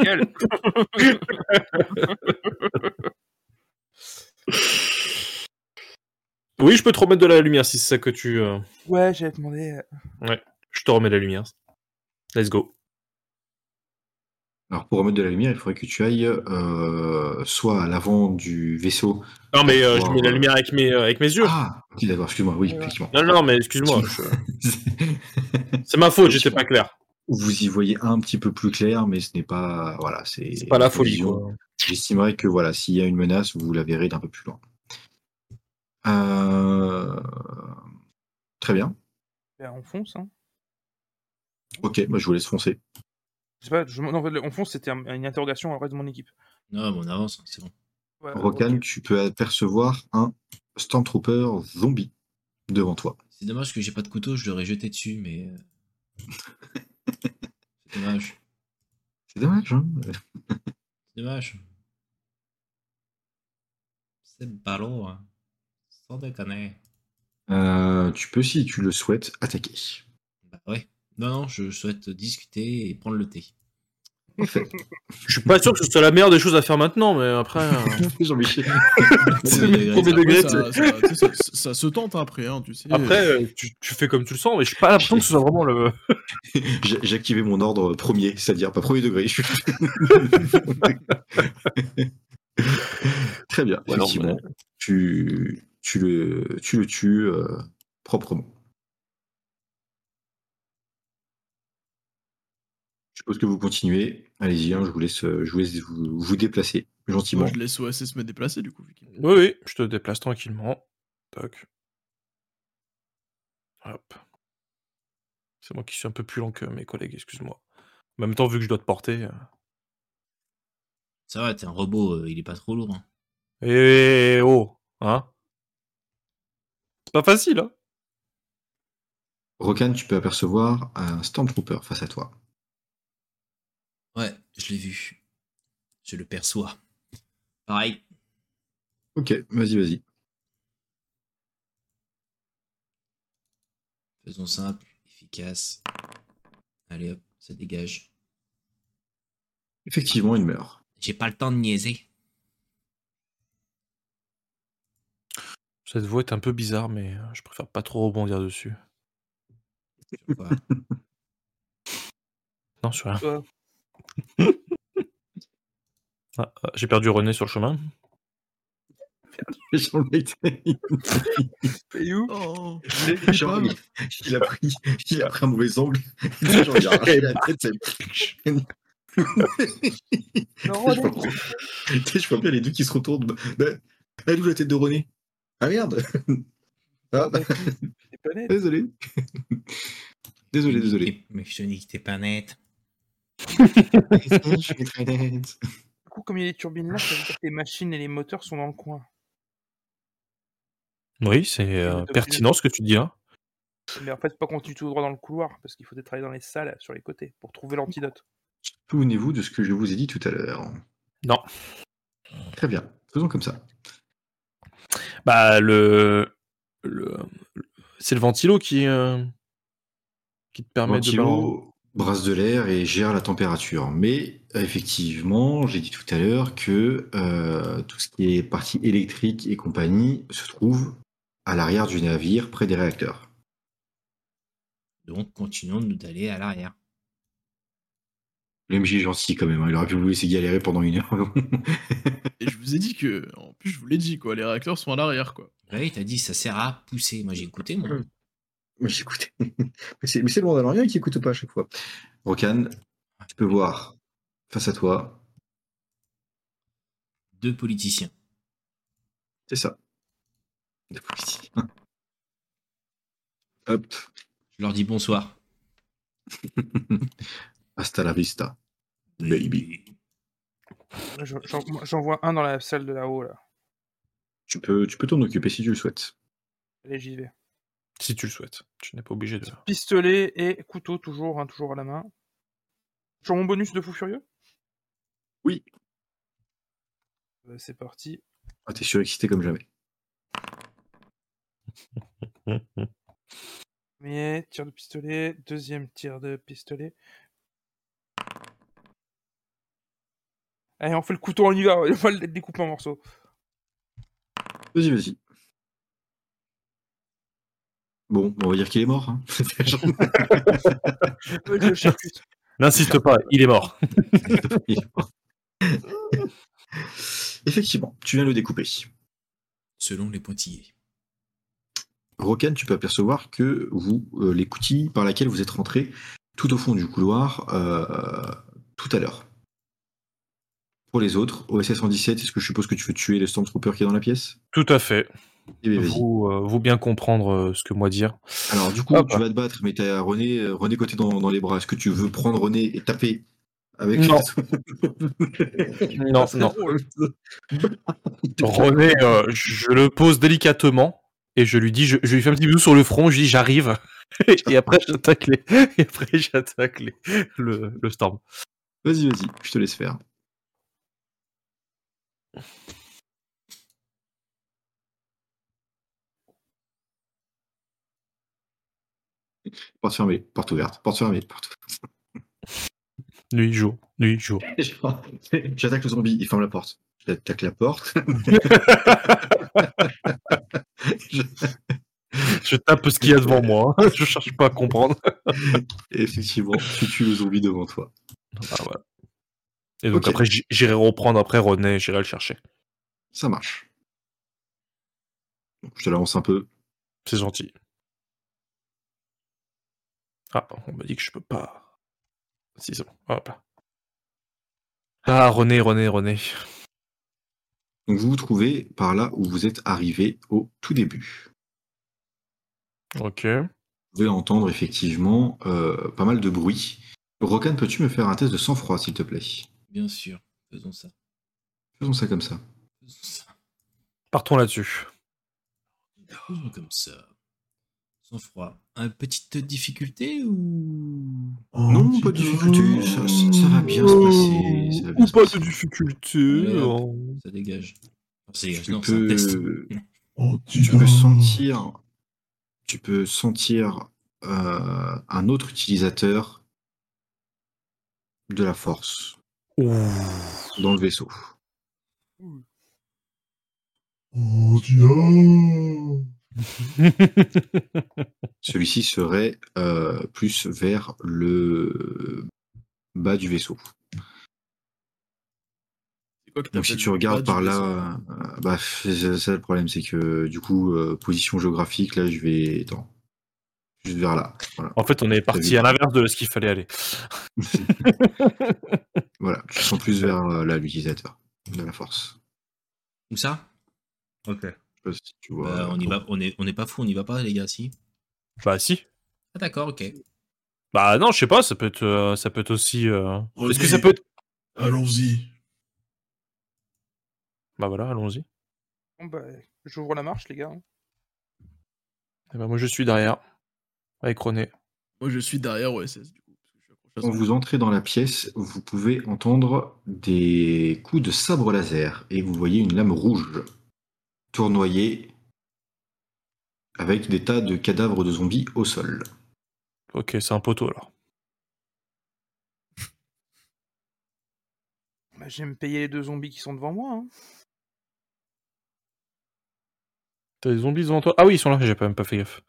C: Gueule
E: Oui, je peux te remettre de la lumière si c'est ça que tu. euh,
C: Ouais, j'avais demandé. euh,
E: Je te remets de la lumière. Let's go.
A: Alors pour remettre de la lumière, il faudrait que tu ailles euh, soit à l'avant du vaisseau.
E: Non, mais euh, je
A: Wow.
E: mets la lumière avec mes, euh, avec mes yeux.
A: Ah, ok, d'accord, excuse-moi, oui,
C: Ouais.
A: effectivement.
E: Non, non, mais excuse-moi.
A: C'est-
E: C'est ma faute, j'étais pas clair.
A: Vous y voyez un petit peu plus clair, mais ce n'est pas. Voilà, c'est.
E: C'est pas la
A: une
E: folie,
A: vision
E: quoi.
A: J'estimerais que voilà, s'il y a une menace, vous la verrez d'un peu plus loin. Euh, Très bien.
C: ben, on fonce, hein.
A: Ok, bah, je vous laisse foncer.
C: Je sais pas, je... non, en fait, on fonce, c'était un- une interrogation au reste de mon équipe.
B: Non, mais on avance, hein, c'est bon.
C: Ouais,
A: Rokan, tu peux apercevoir un Stormtrooper zombie devant toi.
B: C'est dommage que j'ai pas de couteau, je l'aurais jeté dessus, mais. euh, c'est dommage.
A: C'est dommage, hein
B: C'est dommage. C'est ballot, hein. Sans déconner.
A: Euh, Tu peux, si tu le souhaites, attaquer.
B: Bah ouais. Non, non, je souhaite discuter et prendre le thé.
A: Parfait.
E: Je suis pas sûr que ce soit la meilleure des choses à faire maintenant, mais après. euh,
A: Jean-Michel.
B: Premier degré,
E: premier
B: ça.
E: degré.
D: Après, ça,
E: Grette.
D: ça- tu sais, ça- ça se tente après, hein, tu sais.
E: Après, euh, tu, tu fais comme tu le sens, mais je suis pas l'impression que ce soit vraiment le.
A: J'ai j'ai activé mon ordre premier, c'est-à-dire pas premier degré. je suis- Très bien.
E: Ou alors,
A: effectivement, tu, tu le, tu le tues euh, proprement. Je suppose que vous continuez. Allez-y, hein, je vous laisse, euh, je vous, laisse vous, vous déplacer gentiment.
D: Moi,
E: euh,
D: je laisse OSS me déplacer, du coup. vu qu'il-
E: Oui, oui, je te déplace tranquillement. Toc. Hop. C'est moi qui suis un peu plus lent que mes collègues, excuse-moi. En même temps, vu que je dois te porter. euh,
B: Ça va, t'es un robot, euh, il est pas trop lourd. hein.
E: Eh oh, hein C'est pas facile, hein
A: Rokan, tu peux apercevoir un Stormtrooper face à toi.
B: Ouais, je l'ai vu. Je le perçois. Pareil.
A: Ok, vas-y, vas-y.
B: Faisons simple, efficace. Allez hop, ça dégage.
A: Effectivement, il meurt.
B: J'ai pas le temps de niaiser.
E: Cette voix est un peu bizarre, mais euh, je préfère pas trop rebondir dessus.
B: Sur quoi
E: Non, sur rien.
C: Toi,
E: Ah, ah, J'ai perdu René sur le chemin.
A: Jean le mec,
C: Payou
D: Oh.
A: Genre, il, il a pris, il a pris un mauvais angle. Genre, il a arraché la tête. c'est-
C: Non,
A: Je
C: René,
A: vois, Tu sais, je vois bien les deux qui se retournent. Bah, bah, Elle est où la tête de René Ah merde Ah, bah,
C: t'es pas net.
A: Désolé. Désolé, désolé.
B: Mais je te dis que t'es pas net.
A: je suis très net.
C: Du coup, comme il y a les turbines là, ça veut dire que les machines et les moteurs sont dans le coin.
E: Oui, c'est
C: de
E: euh,
C: Dauphine.
E: pertinent ce que tu dis. Hein.
C: Mais en fait, faut pas qu'on continue tout droit dans le couloir, parce qu'il faut être allé dans les salles sur les côtés pour trouver l'antidote.
A: Souvenez-vous de ce que je vous ai dit tout à l'heure.
E: Non.
A: Très bien. Faisons comme ça.
E: Bah, le. le... C'est le ventilo qui. euh, qui te permet de. balancer.
A: Ventilo brasse de l'air et gère la température. Mais effectivement, j'ai dit tout à l'heure que euh, tout ce qui est partie électrique et compagnie se trouve à l'arrière du navire, près des réacteurs.
B: Donc continuons de nous d'aller à l'arrière.
A: Le MJ est gentil quand même, hein. il aurait pu vous laisser galérer pendant une heure.
D: Et je vous ai dit que, en plus, je vous l'ai dit, quoi, les réacteurs sont à l'arrière, quoi.
B: Ouais, Bah t'as dit ça sert à pousser. Moi j'ai écouté moi.
A: Mais j'écoutais. Mais c'est mais c'est le Mandalorian qui écoute pas à chaque fois. Rokan, tu peux voir face à toi,
B: Deux politiciens.
A: c'est ça. Des politiciens. Hop,
B: Je leur dis bonsoir.
A: hasta la vista, baby.
C: Je- j'en- moi, J'en vois un dans la salle de là-haut, là.
A: Tu peux tu peux t'en occuper si tu le souhaites.
C: Allez, j'y vais.
E: Si tu le souhaites. Tu n'es pas obligé de.
C: Pistolet et couteau, toujours, hein, toujours à la main. Sur mon bonus de fou furieux
A: Oui.
C: Euh, C'est parti.
A: Ah, t'es surexcité comme jamais.
C: Premier tir de pistolet, deuxième tir de pistolet. Allez, on fait le couteau, on y va, on va le découper en morceaux.
A: Vas-y, vas-y. Bon, on va dire qu'il est mort. hein.
C: Je le charcute.
E: N'insiste pas, il est mort.
A: Effectivement, tu viens le découper.
B: Selon les pointillés.
A: Rokan, tu peux apercevoir que vous, euh, les coutilles par laquelle vous êtes rentré tout au fond du couloir euh, tout à l'heure. Pour les autres, OSS 117, est-ce que je suppose que tu veux tuer le Stormtrooper qui est dans la pièce
E: Tout à fait.
A: Eh bien, vas-y.
E: Vous, euh, vous bien comprendre euh, ce que moi dire.
A: Alors, du coup,
E: Hop.
A: tu vas te battre, mais t'as René, euh, René côté dans, dans les bras. Est-ce que tu veux prendre René et taper avec
E: Non.
A: non,
E: Non, non. René, euh, je le pose délicatement et je lui dis, je, je lui fais un petit bisou sur le front, je lui dis j'arrive. et après j'attaque les, et après j'attaque les- le, le storm.
A: Vas-y, vas-y, je te laisse faire. Porte fermée, porte ouverte, porte fermée, porte
E: Nuit jour, nuit jour.
A: ouverte. J'attaque le zombie, il ferme la porte. J'attaque la porte. Je-
E: Je tape ce qu'il y a devant moi. hein. Je cherche pas à comprendre.
A: Effectivement, tu tues le zombie devant toi.
E: Ah, voilà. Et donc
A: Ok.
E: après j- j'irai reprendre après René, j'irai le chercher.
A: Ça marche. Je te l'avance un peu.
E: C'est gentil. Ah, on m'a dit que je peux pas. Si c'est bon. Hop là. Ah René, René, René.
A: Donc vous vous trouvez par là où vous êtes arrivé au tout début.
E: Ok.
A: Vous pouvez entendre effectivement euh, pas mal de bruit. Rokan, peux-tu me faire un test de sang-froid, s'il te plaît
B: Bien sûr. Faisons ça.
A: Faisons ça comme ça.
B: Faisons ça.
E: Partons là-dessus.
B: Faisons comme ça. Sans froid. Une petite difficulté ou.
E: Oh,
A: Non, pas de difficulté, ça, ça va bien se passer. Ça va bien
E: Ou
A: se
E: pas
A: passer.
E: de difficulté.
B: Ouais.
E: oh.
B: Ça dégage. Enfin, ça dégage,
A: Tu
B: non, c'est un
A: peux-
B: test.
F: Oh,
A: tu
F: putain.
A: peux sentir, tu peux sentir euh, un autre utilisateur de la force dans le vaisseau.
F: Oh, Tina.
A: Celui-ci serait euh, plus vers le bas du vaisseau.
D: C'est quoi que
A: Donc si
D: t'appelles
A: tu
D: le
A: regardes
D: bas
A: par
D: du
A: là, euh, bah, c'est c'est ça le problème, c'est que du coup, euh, position géographique, là je vais. Attends. Juste vers là. Voilà.
E: En fait, on est parti à l'inverse de ce qu'il fallait aller.
A: voilà. Tu sens plus vers euh, là l'utilisateur de la force.
B: Ou ça Ok.
A: Je sais pas si tu vois.
B: Bah, on y va, on est, on est pas fou, on y va pas, les gars, si.
E: Bah si.
B: Ah, d'accord, ok.
E: Bah non, je sais pas, ça peut être, euh, ça peut être aussi... euh, Est-ce que
F: René,
E: ça peut être...
A: euh,
F: Allons-y.
E: Bah voilà, allons-y.
C: Bon, bah, j'ouvre la marche, les gars. hein.
E: Eh ben, moi, je suis derrière. Avec René.
D: Moi, je suis derrière OSS, du coup. parce que je suis accroché à
A: Quand
D: son-
A: vous entrez dans la pièce, vous pouvez entendre des coups de sabre laser et vous voyez une lame rouge tournoyer avec des tas de cadavres de zombies au sol.
E: Ok, c'est un poteau alors.
C: Bah, J'aime payer les deux zombies qui sont devant moi. hein.
E: T'as des zombies devant toi Ah oui, ils sont là, j'ai pas même pas fait gaffe.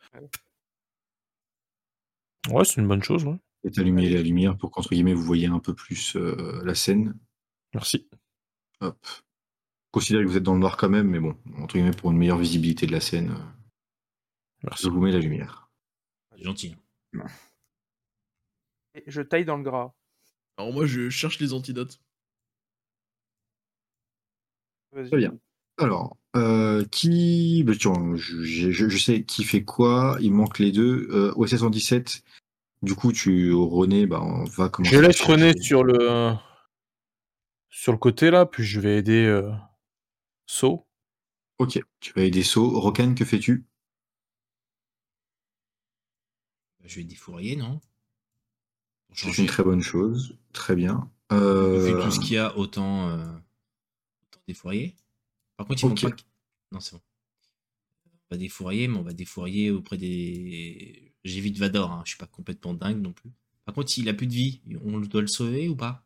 E: Ouais, c'est une bonne chose, ouais.
A: est allumé la lumière pour qu'entre guillemets vous voyez un peu plus euh, la scène.
E: Merci.
A: Hop. Considérez que vous êtes dans le noir quand même, mais bon, entre guillemets pour une meilleure visibilité de la scène, euh,
E: Merci.
A: je vous mets la lumière.
B: C'est gentil. hein.
C: Et je taille dans le gras.
D: Alors, moi, je cherche les antidotes.
C: Vas-y.
A: Très bien. Alors, euh, qui. bah, tiens, je, je- je- je sais qui fait quoi, il manque les deux. Euh, OSS 117, du coup, tu, René, bah, on va commencer.
E: Je
A: à
E: laisse René
A: chercher.
E: sur le... Sur le côté, là, puis je vais aider... Euh... So.
A: Ok, tu vas aider So. Rocan, que fais-tu
B: Bah, Je vais défourrier, non Pour
A: C'est
B: changer.
A: une très bonne chose. Très bien.
B: Vu
A: Euh,
B: tout ce qu'il y a, autant, euh, autant défourrier. Par contre, ils
A: Ok.
B: vont pas. Non, c'est bon. On va défourrier, mais on va défourrier auprès des. J'évite Vador, hein, je suis pas complètement dingue non plus. Par contre, s'il a plus de vie, on doit le sauver ou pas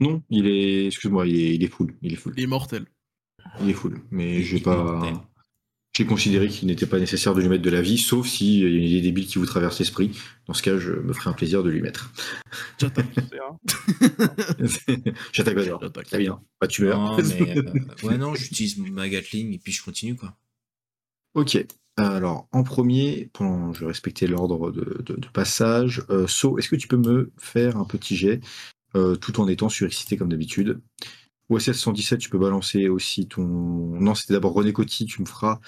A: Non, il est. Excuse-moi, il est, il est full. Il est full.
D: Les mortels.
A: Il est full. Mais
B: Il-
A: j'ai
B: il est mortel.
A: pas. J'ai considéré qu'il n'était pas nécessaire de lui mettre de la vie, sauf si euh, il y a des débiles qui vous traversent l'esprit. Dans ce cas, je me ferai un plaisir de lui mettre.
D: J'attaque.
C: C'est un-
A: J'attaque Vador.
D: J'attaque.
A: Très bien. Bah, tu meurs.
B: Non, mais. euh, ouais, non, j'utilise ma Gatling et puis je continue, quoi.
A: Ok. Alors, en premier, pendant- je vais respecter l'ordre de, de- de passage. Euh, so, est-ce que tu peux me faire un petit jet, euh, tout en étant surexcité comme d'habitude OSS 117, tu peux balancer aussi ton... Non, c'était d'abord René Coty, tu me feras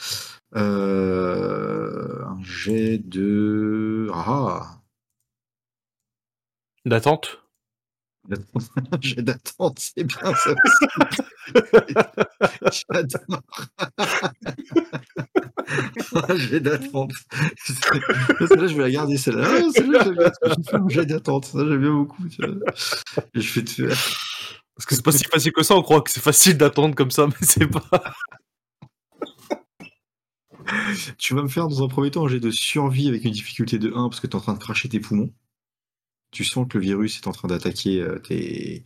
A: euh, un jet de... Ah,
E: D'attente
A: un jet d'attente, c'est bien ça aussi. J'adore. un jet d'attente. Celle-là, je vais la garder, celle-là. Ah, celle-là, j'aime bien. J'ai fait un jet d'attente, ça j'aime bien beaucoup. tu vois. Et Je vais te faire...
E: Parce que c'est pas si facile que ça, on croit que c'est facile d'attendre comme ça, mais c'est pas...
A: Tu vas me faire dans un premier temps un jet de survie avec une difficulté de 1 parce que tu es en train de cracher tes poumons. Tu sens que le virus est en train d'attaquer euh, tes,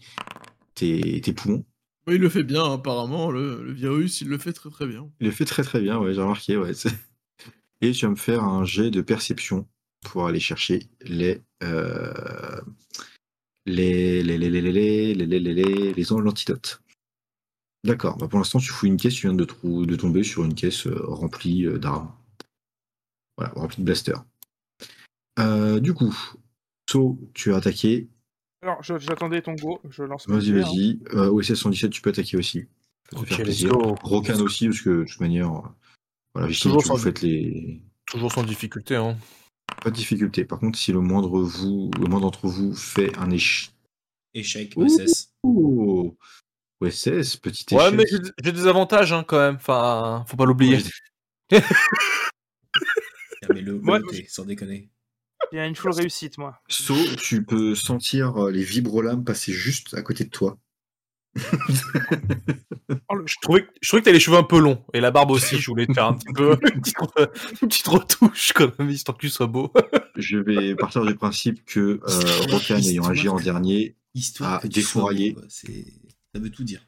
A: tes, tes poumons.
D: Ouais, il le fait bien, hein, apparemment. Le, le virus, il le fait très très bien.
A: Il le fait très très bien, ouais, j'ai remarqué. Ouais, c'est- Et tu vas me faire un jet de perception pour aller chercher les. euh, les. les. les. les. les. les. les. les. les. les- l'antidote. D'accord, bah pour l'instant tu fous une caisse, tu viens de, trou- de tomber sur une caisse euh, remplie euh, d'armes. Voilà, remplie de blasters. Euh, du coup, So, tu as attaqué.
C: Alors, je- j'attendais ton go. Je lance. mes
A: Vas-y,
C: dés, hein.
A: vas-y. Euh, OSS 117, tu peux attaquer aussi. Ça peut
E: Ok,
A: faire
E: let's
A: plaisir.
E: go.
A: Rocan aussi, parce que de toute manière, euh, voilà, j'ai
E: Toujours
A: que vous
E: sans-
A: faites les.
E: Toujours sans difficulté, hein.
A: Pas de difficulté. Par contre, si le moindre vous, le moindre d'entre vous fait un échec.
B: Échec,
A: Ouh.
B: OSS.
A: Oh OSS, petit échec.
E: Ouais, mais j'ai j'ai des avantages, hein, quand même. Enfin, faut pas l'oublier.
A: Ouais,
B: Tiens, mais le, le
C: Ouais.
B: noter, sans déconner.
C: Il y a une full réussite, moi.
A: So, tu peux sentir euh, les vibrolames passer juste à côté de toi.
E: Je trouvais, que- je trouvais que t'as les cheveux un peu longs et la barbe aussi. Je voulais te faire un petit peu une petite, une petite retouche quand même, histoire que tu sois beau.
A: Je vais partir du principe que euh, Rokan ayant agi en dernier,
B: Histoire
A: Ah,
B: que tu sois
A: défouraillé.
B: beau, quoi, c'est- Ça veut tout dire.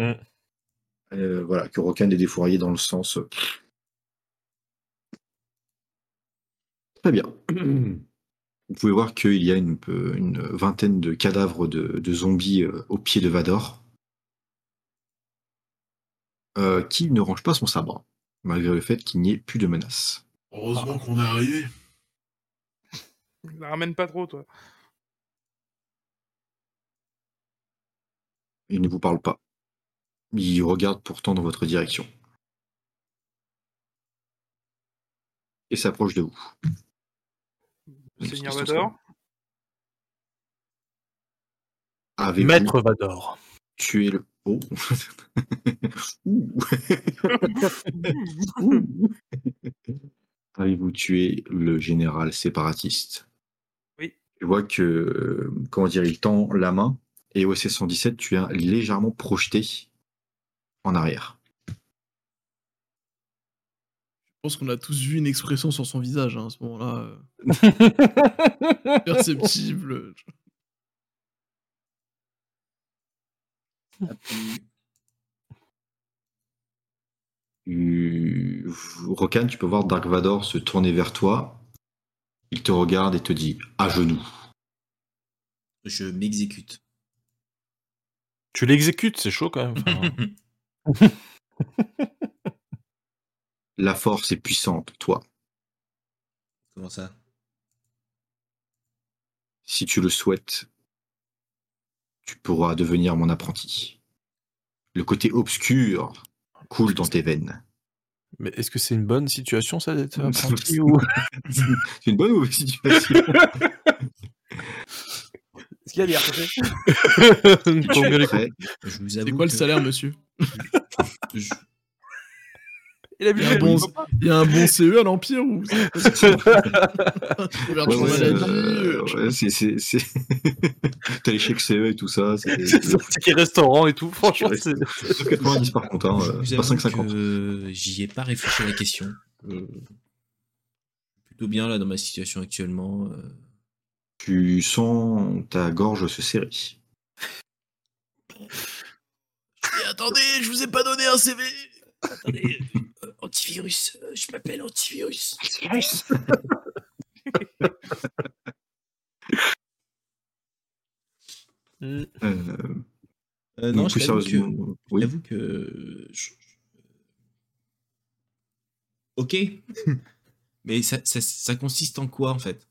A: euh, voilà, que Rokan est défouraillé dans le sens. euh, Très bien. Vous pouvez voir qu'il y a une, peu- une vingtaine de cadavres de, de zombies euh, au pied de Vador. Euh, qui ne range pas son sabre, malgré le fait qu'il n'y ait plus de menace.
F: Heureusement qu'on est arrivé.
C: La ramène pas trop, toi.
A: Il ne vous parle pas. Il regarde pourtant dans votre direction. Et s'approche de vous. Ils
C: Seigneur
A: sont
C: Vador.
A: Avez-vous
E: Maître Vador.
A: tué le. Oh Ouh. Avez-vous tué le général séparatiste
C: Oui.
A: Tu vois que, euh, comment dire, il tend la main et OSC 117, tu es légèrement projeté en arrière.
D: Je pense qu'on a tous vu une expression sur son visage hein, à ce moment-là. euh, Perceptible.
A: Tu- Rokan, tu peux voir Dark Vador se tourner vers toi. Il te regarde et te dit à genoux.
B: Je m'exécute.
E: Tu l'exécutes, c'est chaud quand même. enfin.
A: La force est puissante, toi.
B: Comment ça
A: Si tu le souhaites, tu pourras devenir mon apprenti. Le côté obscur coule dans tes veines.
E: Mais est-ce que c'est une bonne situation ça d'être apprenti ou...
A: C'est une bonne ou mauvaise situation
C: Est-ce qu'il y a des RPG
E: Pour mieux les-
A: Après,
B: Je vous
D: C'est
B: avoue.
D: quoi le
B: que
D: salaire, monsieur
B: je-
C: Il a vu
D: Il y a un bon- Il y a un bon CE à l'Empire ou c'est pas possible
A: ouais,
D: Couverture
A: ouais,
D: maladie,
A: euh,
D: euh,
A: ouais, c'est- c'est- c'est- T'as les chèques CE et tout ça. C'est
E: C'est ça, ticket restaurant et tout. Franchement,
A: Ouais,
E: c'est.
A: 90 par contre, hein,
B: je
A: euh,
B: vous
A: pas
B: avoue
A: 5,50.
B: que J'y ai pas réfléchi à la question. Euh, plutôt bien là dans ma situation actuellement. euh,
A: Tu sens ta gorge se serrer.
B: Mais attendez, je vous ai pas donné un CV. Attendez, euh, euh, antivirus, euh, je m'appelle antivirus.
A: Euh,
B: Euh,
A: non,
B: non, je
A: plus
B: t'avoue que,
A: sérieusement, euh,
B: je
A: oui.
B: t'avoue que. je- euh, Ok, mais ça, ça, ça consiste en quoi en fait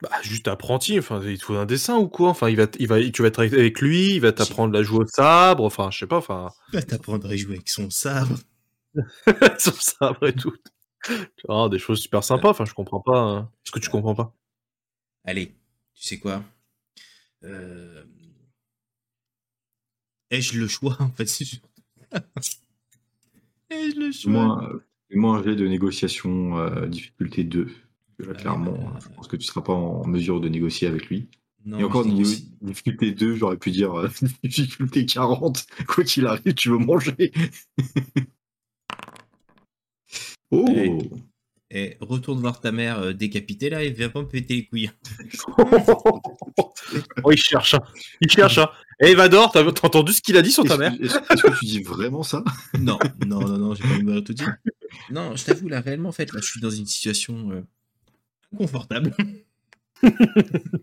E: Bah, juste apprenti, enfin, il te faut un dessin ou quoi Enfin, il va, t- il va, tu vas être avec lui, il va t'apprendre la jouer au sabre, enfin, je sais pas, enfin,
B: Bah, t'apprendrais à jouer avec son sabre.
E: son sabre et tout. Tu vois, des choses super sympas, enfin, je comprends pas. hein. Est-ce que tu comprends pas
B: Allez, tu sais quoi Euh, Ai-je le choix en fait c'est surtout ça. Ai-je le choix
A: Moi, euh, moi, un jet de négociation euh, difficulté 2. Parce que Là,
B: Ah,
A: clairement,
B: euh,
A: je pense que tu ne seras pas en mesure de négocier avec lui.
B: Non,
A: Et encore,
B: je
A: niveau-
B: négocie.
A: difficulté 2, j'aurais pu dire euh, difficulté 40. Quoi qu'il arrive, tu veux manger. oh
B: Allez. Eh, retourne voir ta mère euh, décapitée là et viens pas me péter les couilles.
E: Oh, il cherche, hein. il cherche. Hein. Eh, Vador, t'as t'as entendu ce qu'il a dit sur
A: Est-ce
E: ta
A: que-
E: mère
A: Est-ce est-ce que tu dis vraiment ça
B: Non, non, non, non, j'ai pas me tout dire. Non, je t'avoue, là, réellement, en fait, là, je suis dans une situation euh, inconfortable.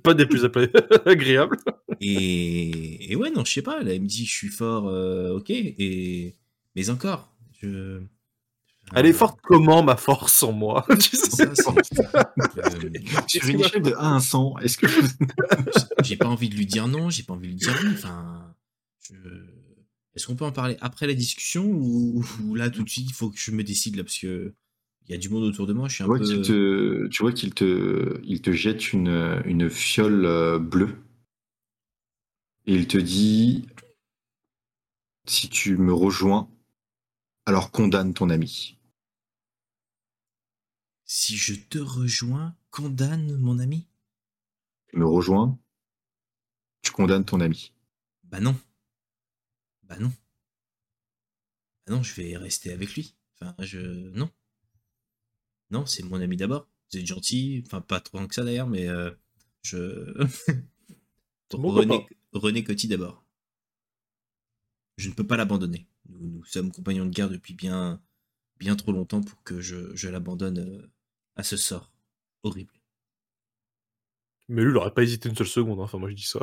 E: Pas des plus appla- agréables.
B: Et, et ouais, non, je sais pas, là, elle me dit, je suis fort, euh, ok, et... Mais encore, je...
E: Elle est forte comment, ma force en moi Tu sais
B: Ça, Ah, c'est- euh,
A: Sur une échelle de 1 à 100, est-ce que
B: j'ai pas envie de lui dire non, j'ai pas envie de lui dire oui. Enfin, je- est-ce qu'on peut en parler après la discussion ou, ou là tout de suite il faut que je me décide là parce que il y a du monde autour de moi, je suis
A: Tu
B: un
A: vois
B: peu.
A: qu'il te, tu vois qu'il te, il te jette une, une fiole euh, bleue. Et il te dit Si tu me rejoins, alors condamne ton ami.
B: Si je te rejoins, condamne mon ami
A: Tu me rejoins, tu condamnes ton ami.
B: Bah non. Bah non. Bah non, je vais rester avec lui. Enfin, je. Non. Non, c'est mon ami d'abord. Vous êtes gentil. Enfin, pas trop que ça d'ailleurs, mais. euh, je. Donc,
E: Pourquoi
B: René... René Coty d'abord. Je ne peux pas l'abandonner. Nous, nous sommes compagnons de guerre depuis bien, bien trop longtemps pour que je, je l'abandonne euh, à ce sort horrible.
E: Mais lui, il aurait pas hésité une seule seconde. hein. Enfin, moi, je dis ça.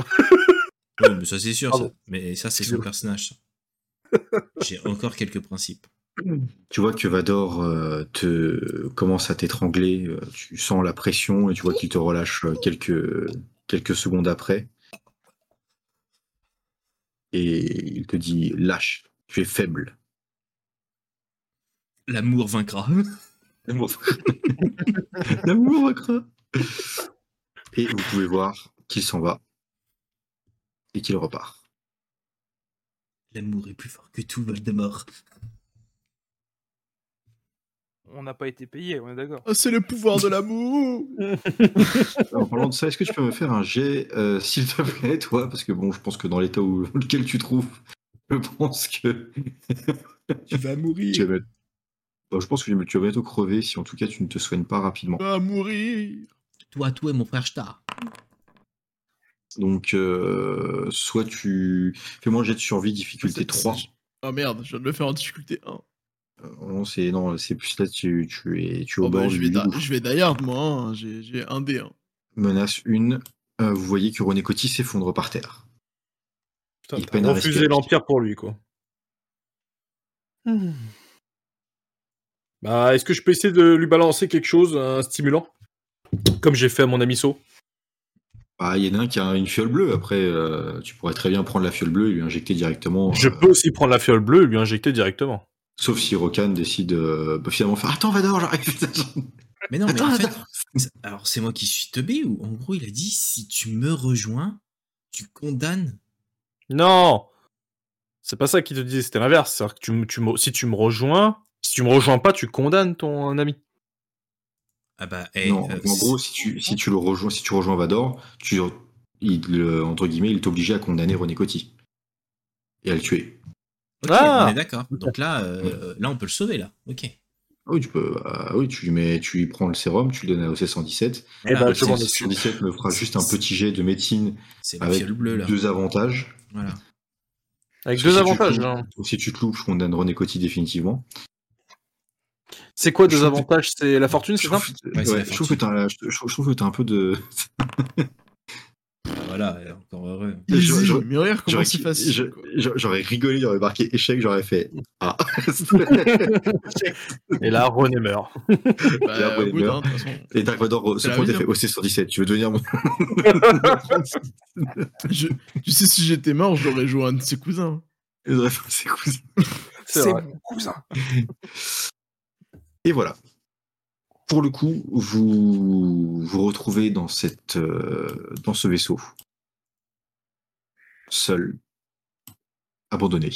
B: Oui, mais ça c'est sûr,
E: Pardon.
B: ça. Mais ça c'est son
E: Excusez-moi.
B: personnage. ça. J'ai encore quelques principes.
A: Tu vois que Vador euh, te commence à t'étrangler, euh, tu sens la pression et tu vois qu'il te relâche euh, quelques, quelques secondes après. Et il te dit lâche, tu es faible.
B: L'amour vaincra.
A: L'amour L'amour accra. Et vous pouvez voir qu'il s'en va et qu'il repart.
B: L'amour est plus fort que tout, Voldemort.
C: On n'a pas été payé, on est d'accord.
D: Ah, c'est le pouvoir de l'amour
A: En parlant de ça, est-ce que tu peux me faire un jet, euh, s'il te plaît, toi Parce que bon, je pense que dans l'état où lequel tu trouves, je pense que
D: Tu vas mourir
A: tu vas mettre- Bon, je pense que tu vas bientôt crever si en tout cas tu ne te soignes pas rapidement.
D: Tu vas mourir
B: Toi, toi et mon frère Star.
A: Donc, euh, soit tu fais-moi un jet de survie, difficulté 3.
D: Ah merde, je viens de le faire en difficulté 1.
A: Euh, Non, c'est non, c'est plus là tu, tu es tu es au
D: Oh bah,
A: bord
D: je,
A: du
D: vais da-
A: gouffre.
D: je vais die hard, moi, hein. j'ai j'ai un dé. hein.
A: menace 1. vous voyez que René Coty s'effondre par terre.
E: Putain,
A: Il
E: t'as
A: peine à
E: refusé
A: respirer.
E: l'Empire pour lui, quoi. Bah, est-ce que je peux essayer de lui balancer quelque chose, un stimulant Comme j'ai fait à mon ami So.
A: Ah, il y en a un qui a une fiole bleue. Après, euh, tu pourrais très bien prendre la fiole bleue et lui injecter directement.
E: Je
A: euh,
E: peux aussi prendre la fiole bleue et lui injecter directement.
A: Sauf si Rokan décide euh, bah, finalement faire Attends, Vador, j'arrive.
B: Mais non, mais
A: Attends,
B: en fait, c'est- alors c'est moi qui suis teubé ou en gros il a dit si tu me rejoins, tu condamnes.
E: Non C'est pas ça qu'il te disait, c'était l'inverse. C'est-à-dire que tu, me- tu me- si tu me rejoins, si tu me rejoins pas, tu condamnes ton ami.
B: Ah bah, eh,
A: non,
B: euh,
A: en gros, si tu, si tu le rejoins, si tu rejoins Vador, tu, il, euh, entre guillemets, il t'obligeait à condamner René Coty et à le tuer.
B: ok,
E: Ah
B: on est d'accord. Donc là, euh, là on peut le sauver là. Ok.
A: Ah oui, tu peux. ah oui, tu lui mets, tu lui prends le sérum, tu lui donnes à OC117.
E: Eh
B: Voilà,
E: ben, je
B: c'est-
E: m'en occupe.
A: 117 me fera juste un petit jet de médecine
B: c'est la
A: avec
B: fiole bleue là.
A: deux avantages.
B: Voilà.
E: Avec
A: Si
E: deux
A: tu
E: avantages.
A: te loupes-
E: hein.
A: Si tu te loupes, je condamne René Coty définitivement.
E: C'est quoi deux
A: Je-
E: avantages C'est la fortune,
A: Je
E: c'est ça
A: trouve,
B: Ouais, c'est
A: ouais,
B: la
A: je trouve que t'as, je, je trouve que t'as un peu de.
B: Ah, Voilà, elle est encore heureux.
A: Je-
D: Easy,
A: je-
D: mais regarde comment
A: J'aurais-
D: c'est facile.
A: je-
D: quoi.
A: je- J'aurais rigolé, j'aurais marqué échec, j'aurais fait Ah.
E: Et là, René meurt.
D: Bah,
A: Blair
D: good,
A: Wither.
D: hein, de toute façon.
A: Et Dark Vador oh,
D: C'est
A: se
D: la
A: prend et
D: vie,
A: fait OC117, tu veux devenir mon.
D: Je- Tu sais, si j'étais mort, j'aurais joué à un de ses cousins.
A: Et j'aurais fait, C'est cool.
E: C'est
C: C'est
E: vrai.
C: mon cousin.
A: Et voilà. Pour le coup, vous vous retrouvez dans, cette, euh, dans ce vaisseau. Seul. Abandonné.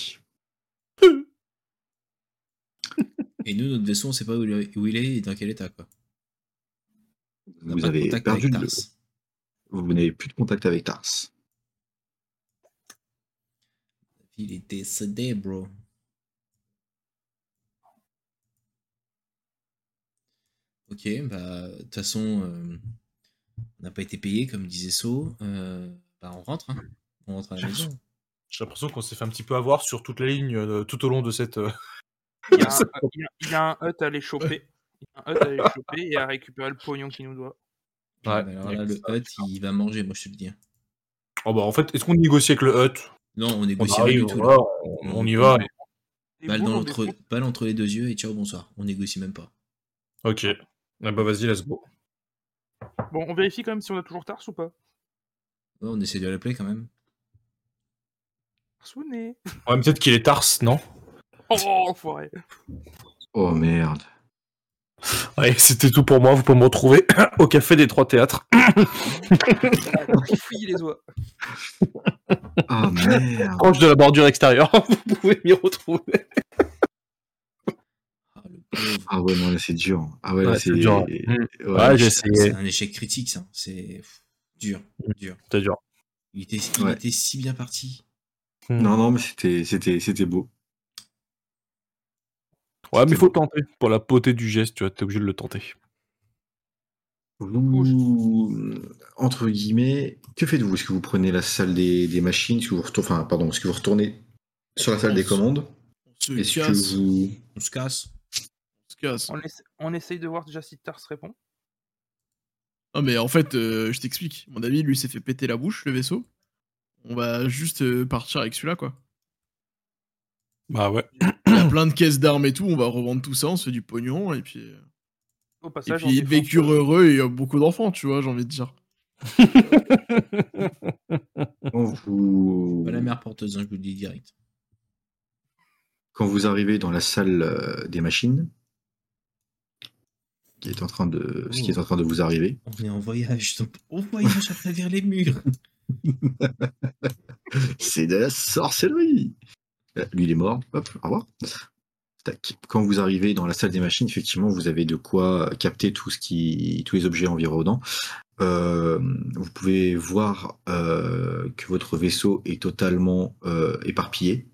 B: Et nous, notre vaisseau, on sait pas où il est, où il est et dans quel état quoi. On n'a
A: Vous
B: pas de
A: avez
B: contact
A: perdu le-
B: avec Tars.
A: Vous n'avez plus de contact avec Tars.
B: Il est décédé, bro. Ok, bah, de toute façon, euh, on n'a pas été payé, comme disait So. Euh, bah, on rentre, hein. On rentre à la maison.
E: J'ai l'impression qu'on s'est fait un petit peu avoir sur toute la ligne euh, tout au long de cette. euh,
C: Il y a un- il y a- il y a un hut à les choper. Il y a un hut à les choper et à récupérer le pognon qu'il nous doit.
B: Puis,
E: Ouais,
B: bah, alors
E: il y a
B: là,
E: que
B: le
E: ça à
B: hut, il va manger, moi, je te le dis. hein.
E: hein. Oh bah en fait, est-ce qu'on négocie avec le hut
B: Non, on
E: Ah bah On
B: négocie rien du
E: arrive,
B: tout.
E: voilà,
B: là.
E: on, on y va. et-
C: Les
B: Balle,
C: boules,
B: dans
C: on les
B: l'entre-
C: prend.
B: balle entre les deux yeux et ciao, bonsoir. On négocie même pas.
E: Ok. Ah bah vas-y, let's go.
C: Bon, on vérifie quand même si on a toujours Tars ou pas.
B: Ouais, on essaie de l'appeler quand même.
C: Souvenez.
E: Ouais, mais peut-être qu'il est tarse, non
C: Oh, enfoiré.
A: Oh merde.
E: Ouais, c'était tout pour moi. Vous pouvez me retrouver au café des Trois Théâtres.
C: Fouille les oies.
A: Ah merde.
E: proche de la bordure extérieure. Vous pouvez m'y retrouver.
B: Ah, le
A: Ah ouais, non, là, c'est dur. Ah ouais, là,
E: Ouais,
A: c'est
E: c'est Mm. dur. hein.
A: Ouais,
E: Ouais, j'ai
B: C'est
E: essayé.
B: un échec critique, ça. C'est pff, dur, dur.
E: C'était dur.
B: Il était, il
A: Ouais.
B: était si bien parti.
A: Non, non, mais c'était, c'était, c'était beau.
E: Ouais, mais il faut tenter. Pour la beauté du geste, tu vois, t'es obligé de le tenter.
A: Vous, entre guillemets, que faites-vous Est-ce que vous prenez la salle des, des machines Est-ce que vous retournez, enfin, pardon, est-ce que vous retournez sur la salle des commandes
D: On se
A: Est-ce que
D: casse.
A: vous
B: On se casse.
D: On se casse.
C: On, essa- on essaye de voir déjà si Tars répond.
D: Non, mais en fait, euh, je t'explique. Mon ami, lui, s'est fait péter la bouche, le vaisseau. On va juste euh, partir avec celui-là, quoi.
E: Bah ouais.
D: Il y a plein de caisses d'armes et tout, on va revendre tout ça, on se fait du pognon, et puis... euh,
C: Au
D: Et
C: passage, on
D: puis, ils
C: défonce-
D: vécurent heureux, et il y a beaucoup d'enfants, tu vois, j'ai envie de dire.
A: quand vous,
B: Pas la mère porteuse, hein, je vous le dis direct.
A: quand vous arrivez dans la salle euh, des machines, qui est en train de, ce qui est en train de vous arriver,
B: On est en voyage. donc on voyage à travers les murs.
A: c'est de la sorcellerie. Euh, Lui, il est mort. Hop, au revoir. Tac. Quand vous arrivez dans la salle des machines, effectivement, vous avez de quoi capter tout ce qui, tous les objets environnants. Euh, vous pouvez voir euh, que votre vaisseau est totalement euh, éparpillé,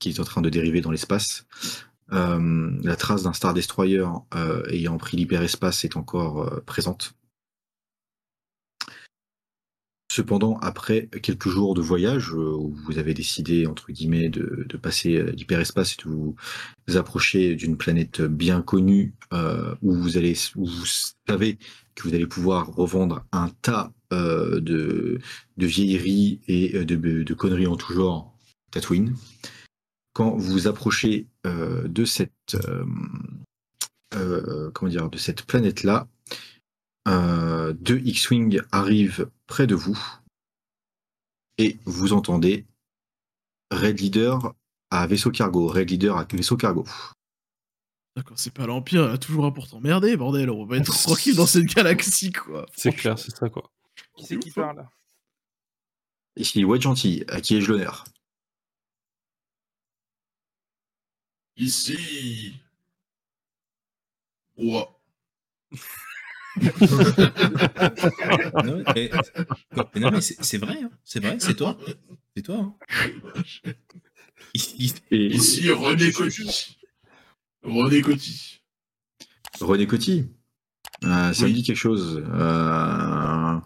A: qui est en train de dériver dans l'espace. Euh, la trace d'un Star Destroyer euh, ayant pris l'hyperespace est encore euh, présente. Cependant, après quelques jours de voyage, euh, où vous avez décidé, entre guillemets, de, de passer euh, l'hyperespace et de vous approcher d'une planète bien connue, euh, où, vous allez, où vous savez que vous allez pouvoir revendre un tas euh, de, de vieilleries et euh, de, de conneries en tout genre, Tatooine. Quand vous vous approchez euh, de cette, euh, euh, comment dire, de cette planète-là, euh, deux X-Wing arrivent près de vous et vous entendez Red Leader à vaisseau cargo, Red Leader à vaisseau cargo.
D: D'accord, c'est pas l'Empire, elle a toujours un pour t'emmerder, bordel, on va être tranquille dans cette galaxie, quoi.
E: C'est clair, c'est ça quoi.
C: Qui c'est qui parle
A: Ici Wade Gentil, à qui ai-je l'honneur
F: Ici. Moi.
B: Non, mais, eh, mais non, mais c'est c'est vrai, hein. c'est vrai, c'est toi. C'est toi. hein. Il-
A: Et
F: Ici René Coty. René Coty.
A: René Coty Euh, Ça
F: Oui.
A: me dit quelque chose. Euh,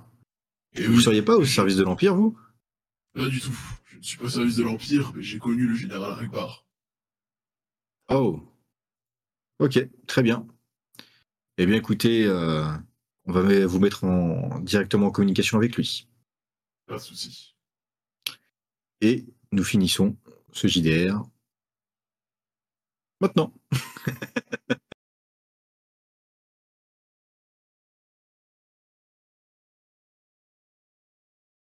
F: Et
A: Vous
F: oui,
A: seriez pas au service de l'Empire, vous
F: Pas du tout. Je ne suis pas au service de l'Empire, mais j'ai connu le général Ragbar.
A: Oh. Ok, très bien. Eh bien, écoutez, euh, on va me- vous mettre en, directement en communication avec lui.
F: Pas de souci.
A: Et nous finissons ce JDR maintenant.